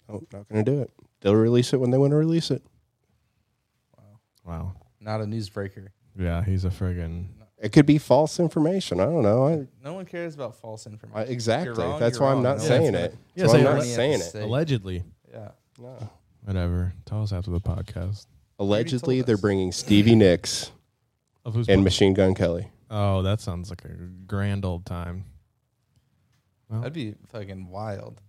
C: Oh, not going to do it. They'll release it when they want to release it.
B: Wow.
A: Wow.
B: Not a newsbreaker.
A: Yeah, he's a friggin'
C: It could be false information. I don't know.
B: No one cares about false
C: I, I
B: information.
C: exactly.
B: wrong,
C: That's
B: you're
C: why I'm
B: wrong.
C: not
B: No
C: saying
B: one's
C: it.
A: Yeah,
C: That's
A: say
C: why
A: it
C: I'm
A: right.
C: not saying it.
B: Say-
A: allegedly.
B: yeah.
C: No.
A: Whatever. Tell us after the podcast.
C: Allegedly,
B: told
C: they're
B: us.
C: bringing Stevie Nicks
A: Of who's
C: and Machine Gun Kelly.
A: Oh, that sounds like a grand old time. Well,
B: That'd be fucking wild.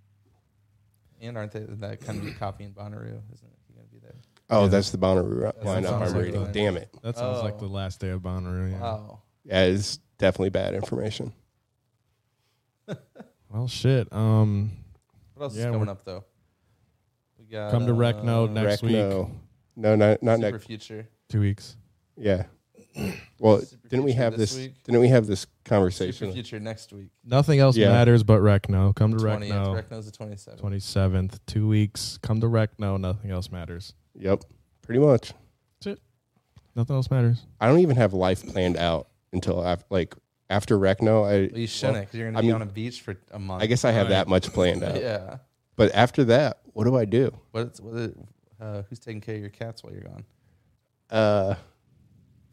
B: And aren't they that kind of be copying Bonnaroo? Isn't he gonna be there?
C: Oh,
A: Yeah.
C: that's the Bonnaroo ri-
B: That
C: lineup
A: sounds
C: I'm
A: like
C: reading.
B: the-
C: Damn it.
A: that sounds like
B: Oh.
A: the last day of Bonnaroo. Yeah.
B: Wow.
C: Yeah, it's definitely bad information.
A: Well, shit. Um,
B: What else
A: Yeah,
B: is coming
A: we're-
B: up though? We got
A: Come to Rec Note
B: uh,
C: Rec-
A: Next week.
C: No, no, no not
B: Super
C: next.
B: Future.
A: two weeks.
C: Yeah. Well,
B: Super
C: didn't we
B: Future
C: have
B: this
C: this?
B: week?
C: didn't we have this
B: Super
C: conversation?
B: Future next week.
A: Nothing else
C: Yeah.
A: matters but Recno. Come to
B: Twentieth.
A: Recno.
B: Rec Note's the twenty seventh.
A: Twenty seventh. Two weeks. Come to Recno. Nothing else matters.
C: Yep. Pretty much.
A: Nothing else matters.
C: I don't even have life planned out until after, like after Recno. I
B: Well, you shouldn't, because you're gonna
C: I
B: be
C: mean-
B: on a beach for a month.
C: I guess I have
A: Right.
C: that much planned out.
B: Yeah.
C: But after that, what do I do?
B: What's what? Is, uh, who's taking care of your cats while you're gone?
C: Uh,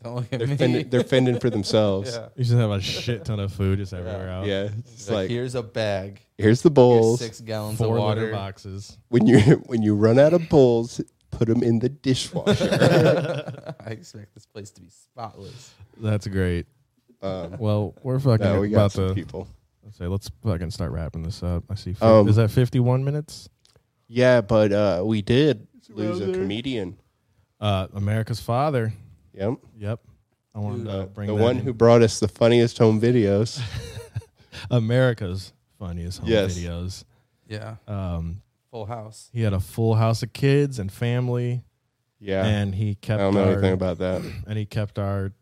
B: Don't look at
C: they're
B: me.
C: fending, they're fending for themselves.
B: yeah.
A: You just have a shit ton of food just everywhere
B: Yeah.
A: out.
C: yeah. It's
B: It's
C: like,
B: like, here's a bag.
C: here's the
B: Here's
C: bowls.
B: six gallons
A: Four
B: of
A: water
B: water.
A: boxes.
C: When you when you run out of bowls, put them in the dishwasher.
B: I expect this place to be spotless.
A: That's great.
C: um,
A: Well, we're fucking
C: no, we got
A: about
C: some
A: to
C: people.
A: let's say let's fucking start wrapping this up. I see.
C: Um,
A: is that fifty one minutes?
C: Yeah, but uh, we did lose
A: around
C: a
A: there.
C: comedian.
A: Uh, America's father.
C: Yep.
A: Yep. I wanted
B: Dude,
A: to
C: Uh,
A: bring
C: the
A: that
C: one
A: in.
C: who brought us the funniest home videos.
A: America's funniest home
C: Yes.
A: videos.
B: Yeah.
A: Um,
B: Full house.
A: he had a full house of kids and family,
C: Yeah.
A: and he
C: I
A: kept
C: don't know anything
A: our
C: about that.
A: and he kept our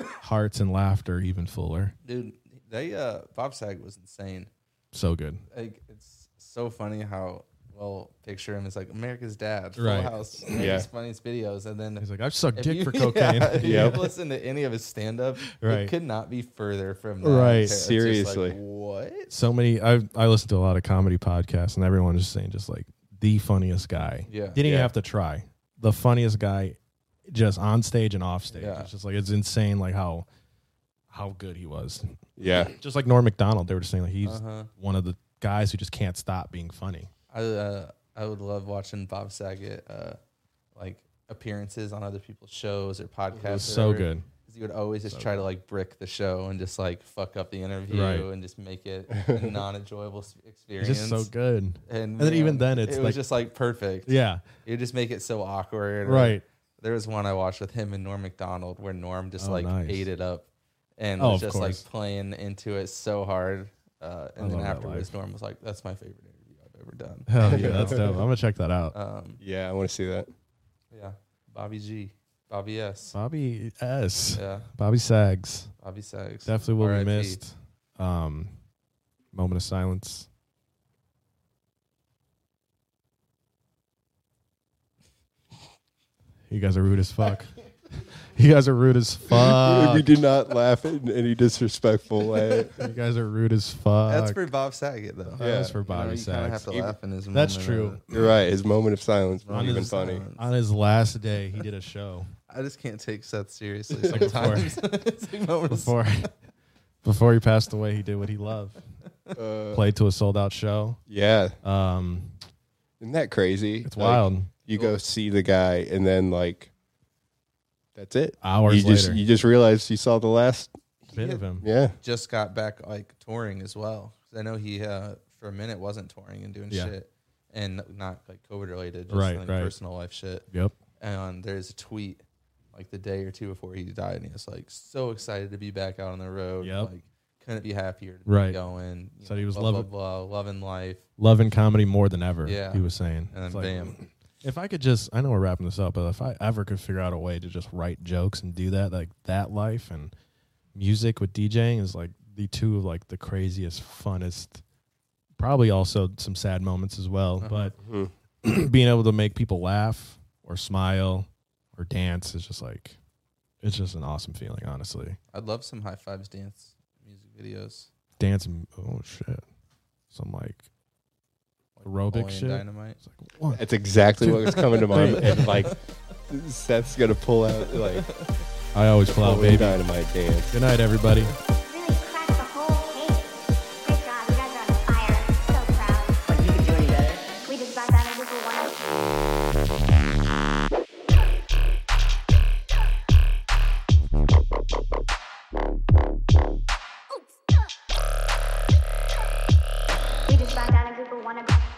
A: hearts and laughter even fuller.
B: Dude, they uh Bob Sag was insane.
A: So good.
B: Like it's so funny how well picture him as like America's dad, full
A: Right.
B: house, America's
C: Yeah.
B: funniest videos, and then
A: He's like, I've sucked
B: if
A: dick
B: you-
A: for
B: yeah,
A: cocaine.
B: if you
C: Yep.
B: listen to any of his stand up,
A: Right.
B: it could not be further from that.
A: Right.
B: It's just like,
C: Seriously.
B: what?
A: So many. I I listen to a lot of comedy podcasts, and everyone's just saying just like the funniest guy.
B: Yeah.
A: Didn't even
C: Yeah.
A: have to try. The funniest guy, just on stage and off stage.
B: Yeah.
A: It's just like it's insane, like how how good he was.
C: Yeah.
A: Just like Norm Macdonald, they were just saying like he's
B: Uh-huh.
A: one of the guys who just can't stop being funny.
B: I uh, I would love watching Bob Saget uh, like appearances on other people's shows or podcasts.
A: It was
B: or
A: so
B: whatever,
A: good.
B: 'cause He would always just try to like brick the show and just like fuck up the interview
A: Right.
B: and just make it a non-enjoyable s-
A: He's
B: experience.
A: just so good.
B: And,
A: then even then, it's
B: it
A: like-
B: was just like perfect.
A: Yeah.
B: You just make it so awkward. or-
A: Right.
B: There was one I watched with him and Norm Macdonald where Norm just
A: Oh,
B: like
A: nice.
B: ate it up and
A: Oh,
B: was
A: of
B: just like
A: course.
B: playing into it so hard. Uh, and then
A: love that
B: afterwards, Norm was like, "That's my favorite interview I've ever done."
A: Hell
B: You
A: yeah, that's
B: know?
A: dope. I'm gonna check that out.
B: Um,
C: Yeah, I want to see that.
B: yeah, Bobby G, Bobby S,
A: Bobby S.
B: yeah,
A: Bobby Sags.
B: Bobby Sags.
A: Definitely will be
B: RIP.
A: missed. Um, moment of silence. You guys are rude as fuck. you guys are rude as fuck.
C: we
A: you
C: do not laugh in any disrespectful way.
A: guys are rude as fuck.
B: That's for Bob Saget though.
A: That was
C: yeah,
A: for Bobby
B: you kind of have
A: Sags.
B: to
C: Even-
B: laugh in his.
A: That's
B: moment
A: true.
B: of it.
C: You're right. His moment of silence wasn't
B: Moment of
C: even
A: uh,
C: funny.
B: silence.
A: On his last day, he did a show
B: I just can't take Seth seriously
A: like before-
B: sometimes. It's like moment of
A: before before he passed away. He did what he loved:
C: Uh,
A: played to a sold-out show.
C: yeah,
A: Um,
C: isn't that crazy?
A: it's
C: Like,
A: wild.
C: You go see the guy, and then like, that's it.
A: Hours
C: you
A: later,
C: just you just realized you saw the last.
A: bit of him.
C: Yeah,
B: just got back like touring as well. 'Cause I know he uh, for a minute wasn't touring and doing
A: Yeah.
B: shit, and not like COVID related, just
A: Right,
B: like
A: right.
B: personal life shit.
A: Yep.
B: And there's a tweet like the day or two before he died, and he was like so excited to be back out on the road.
A: Yep.
B: Like couldn't be happier. To
A: Right.
B: Be going. you
A: Said he was
B: blah,
A: loving-
B: blah, blah, loving life,
A: loving comedy more than ever.
B: Yeah.
A: he was saying.
B: and then
A: It's like,
B: bam.
A: If I could just, I know we're wrapping this up, but if I ever could figure out a way to just write jokes and do that, like that life and music with DJing is like the two of like the craziest, funnest, probably also some sad moments as well.
B: Uh-huh.
A: But being able to make people laugh or smile or dance is just like, it's just an awesome feeling, honestly.
B: I'd love some high fives dance music videos.
A: Dance, and- oh shit. Some like,
B: Like
A: Aerobic
B: Napoleon
A: shit?
B: Dynamite.
A: it's like, one,
C: that's exactly what was coming to mind. and like, Seth's gonna pull out like
A: I always pull out,
C: Napoleon
A: baby.
C: dynamite dance.
A: Good night, everybody.
D: Really cracked the whole case. Great job, you guys are on fire. So proud.
E: Like you could do any better.
D: We just got that Google One. wanna go.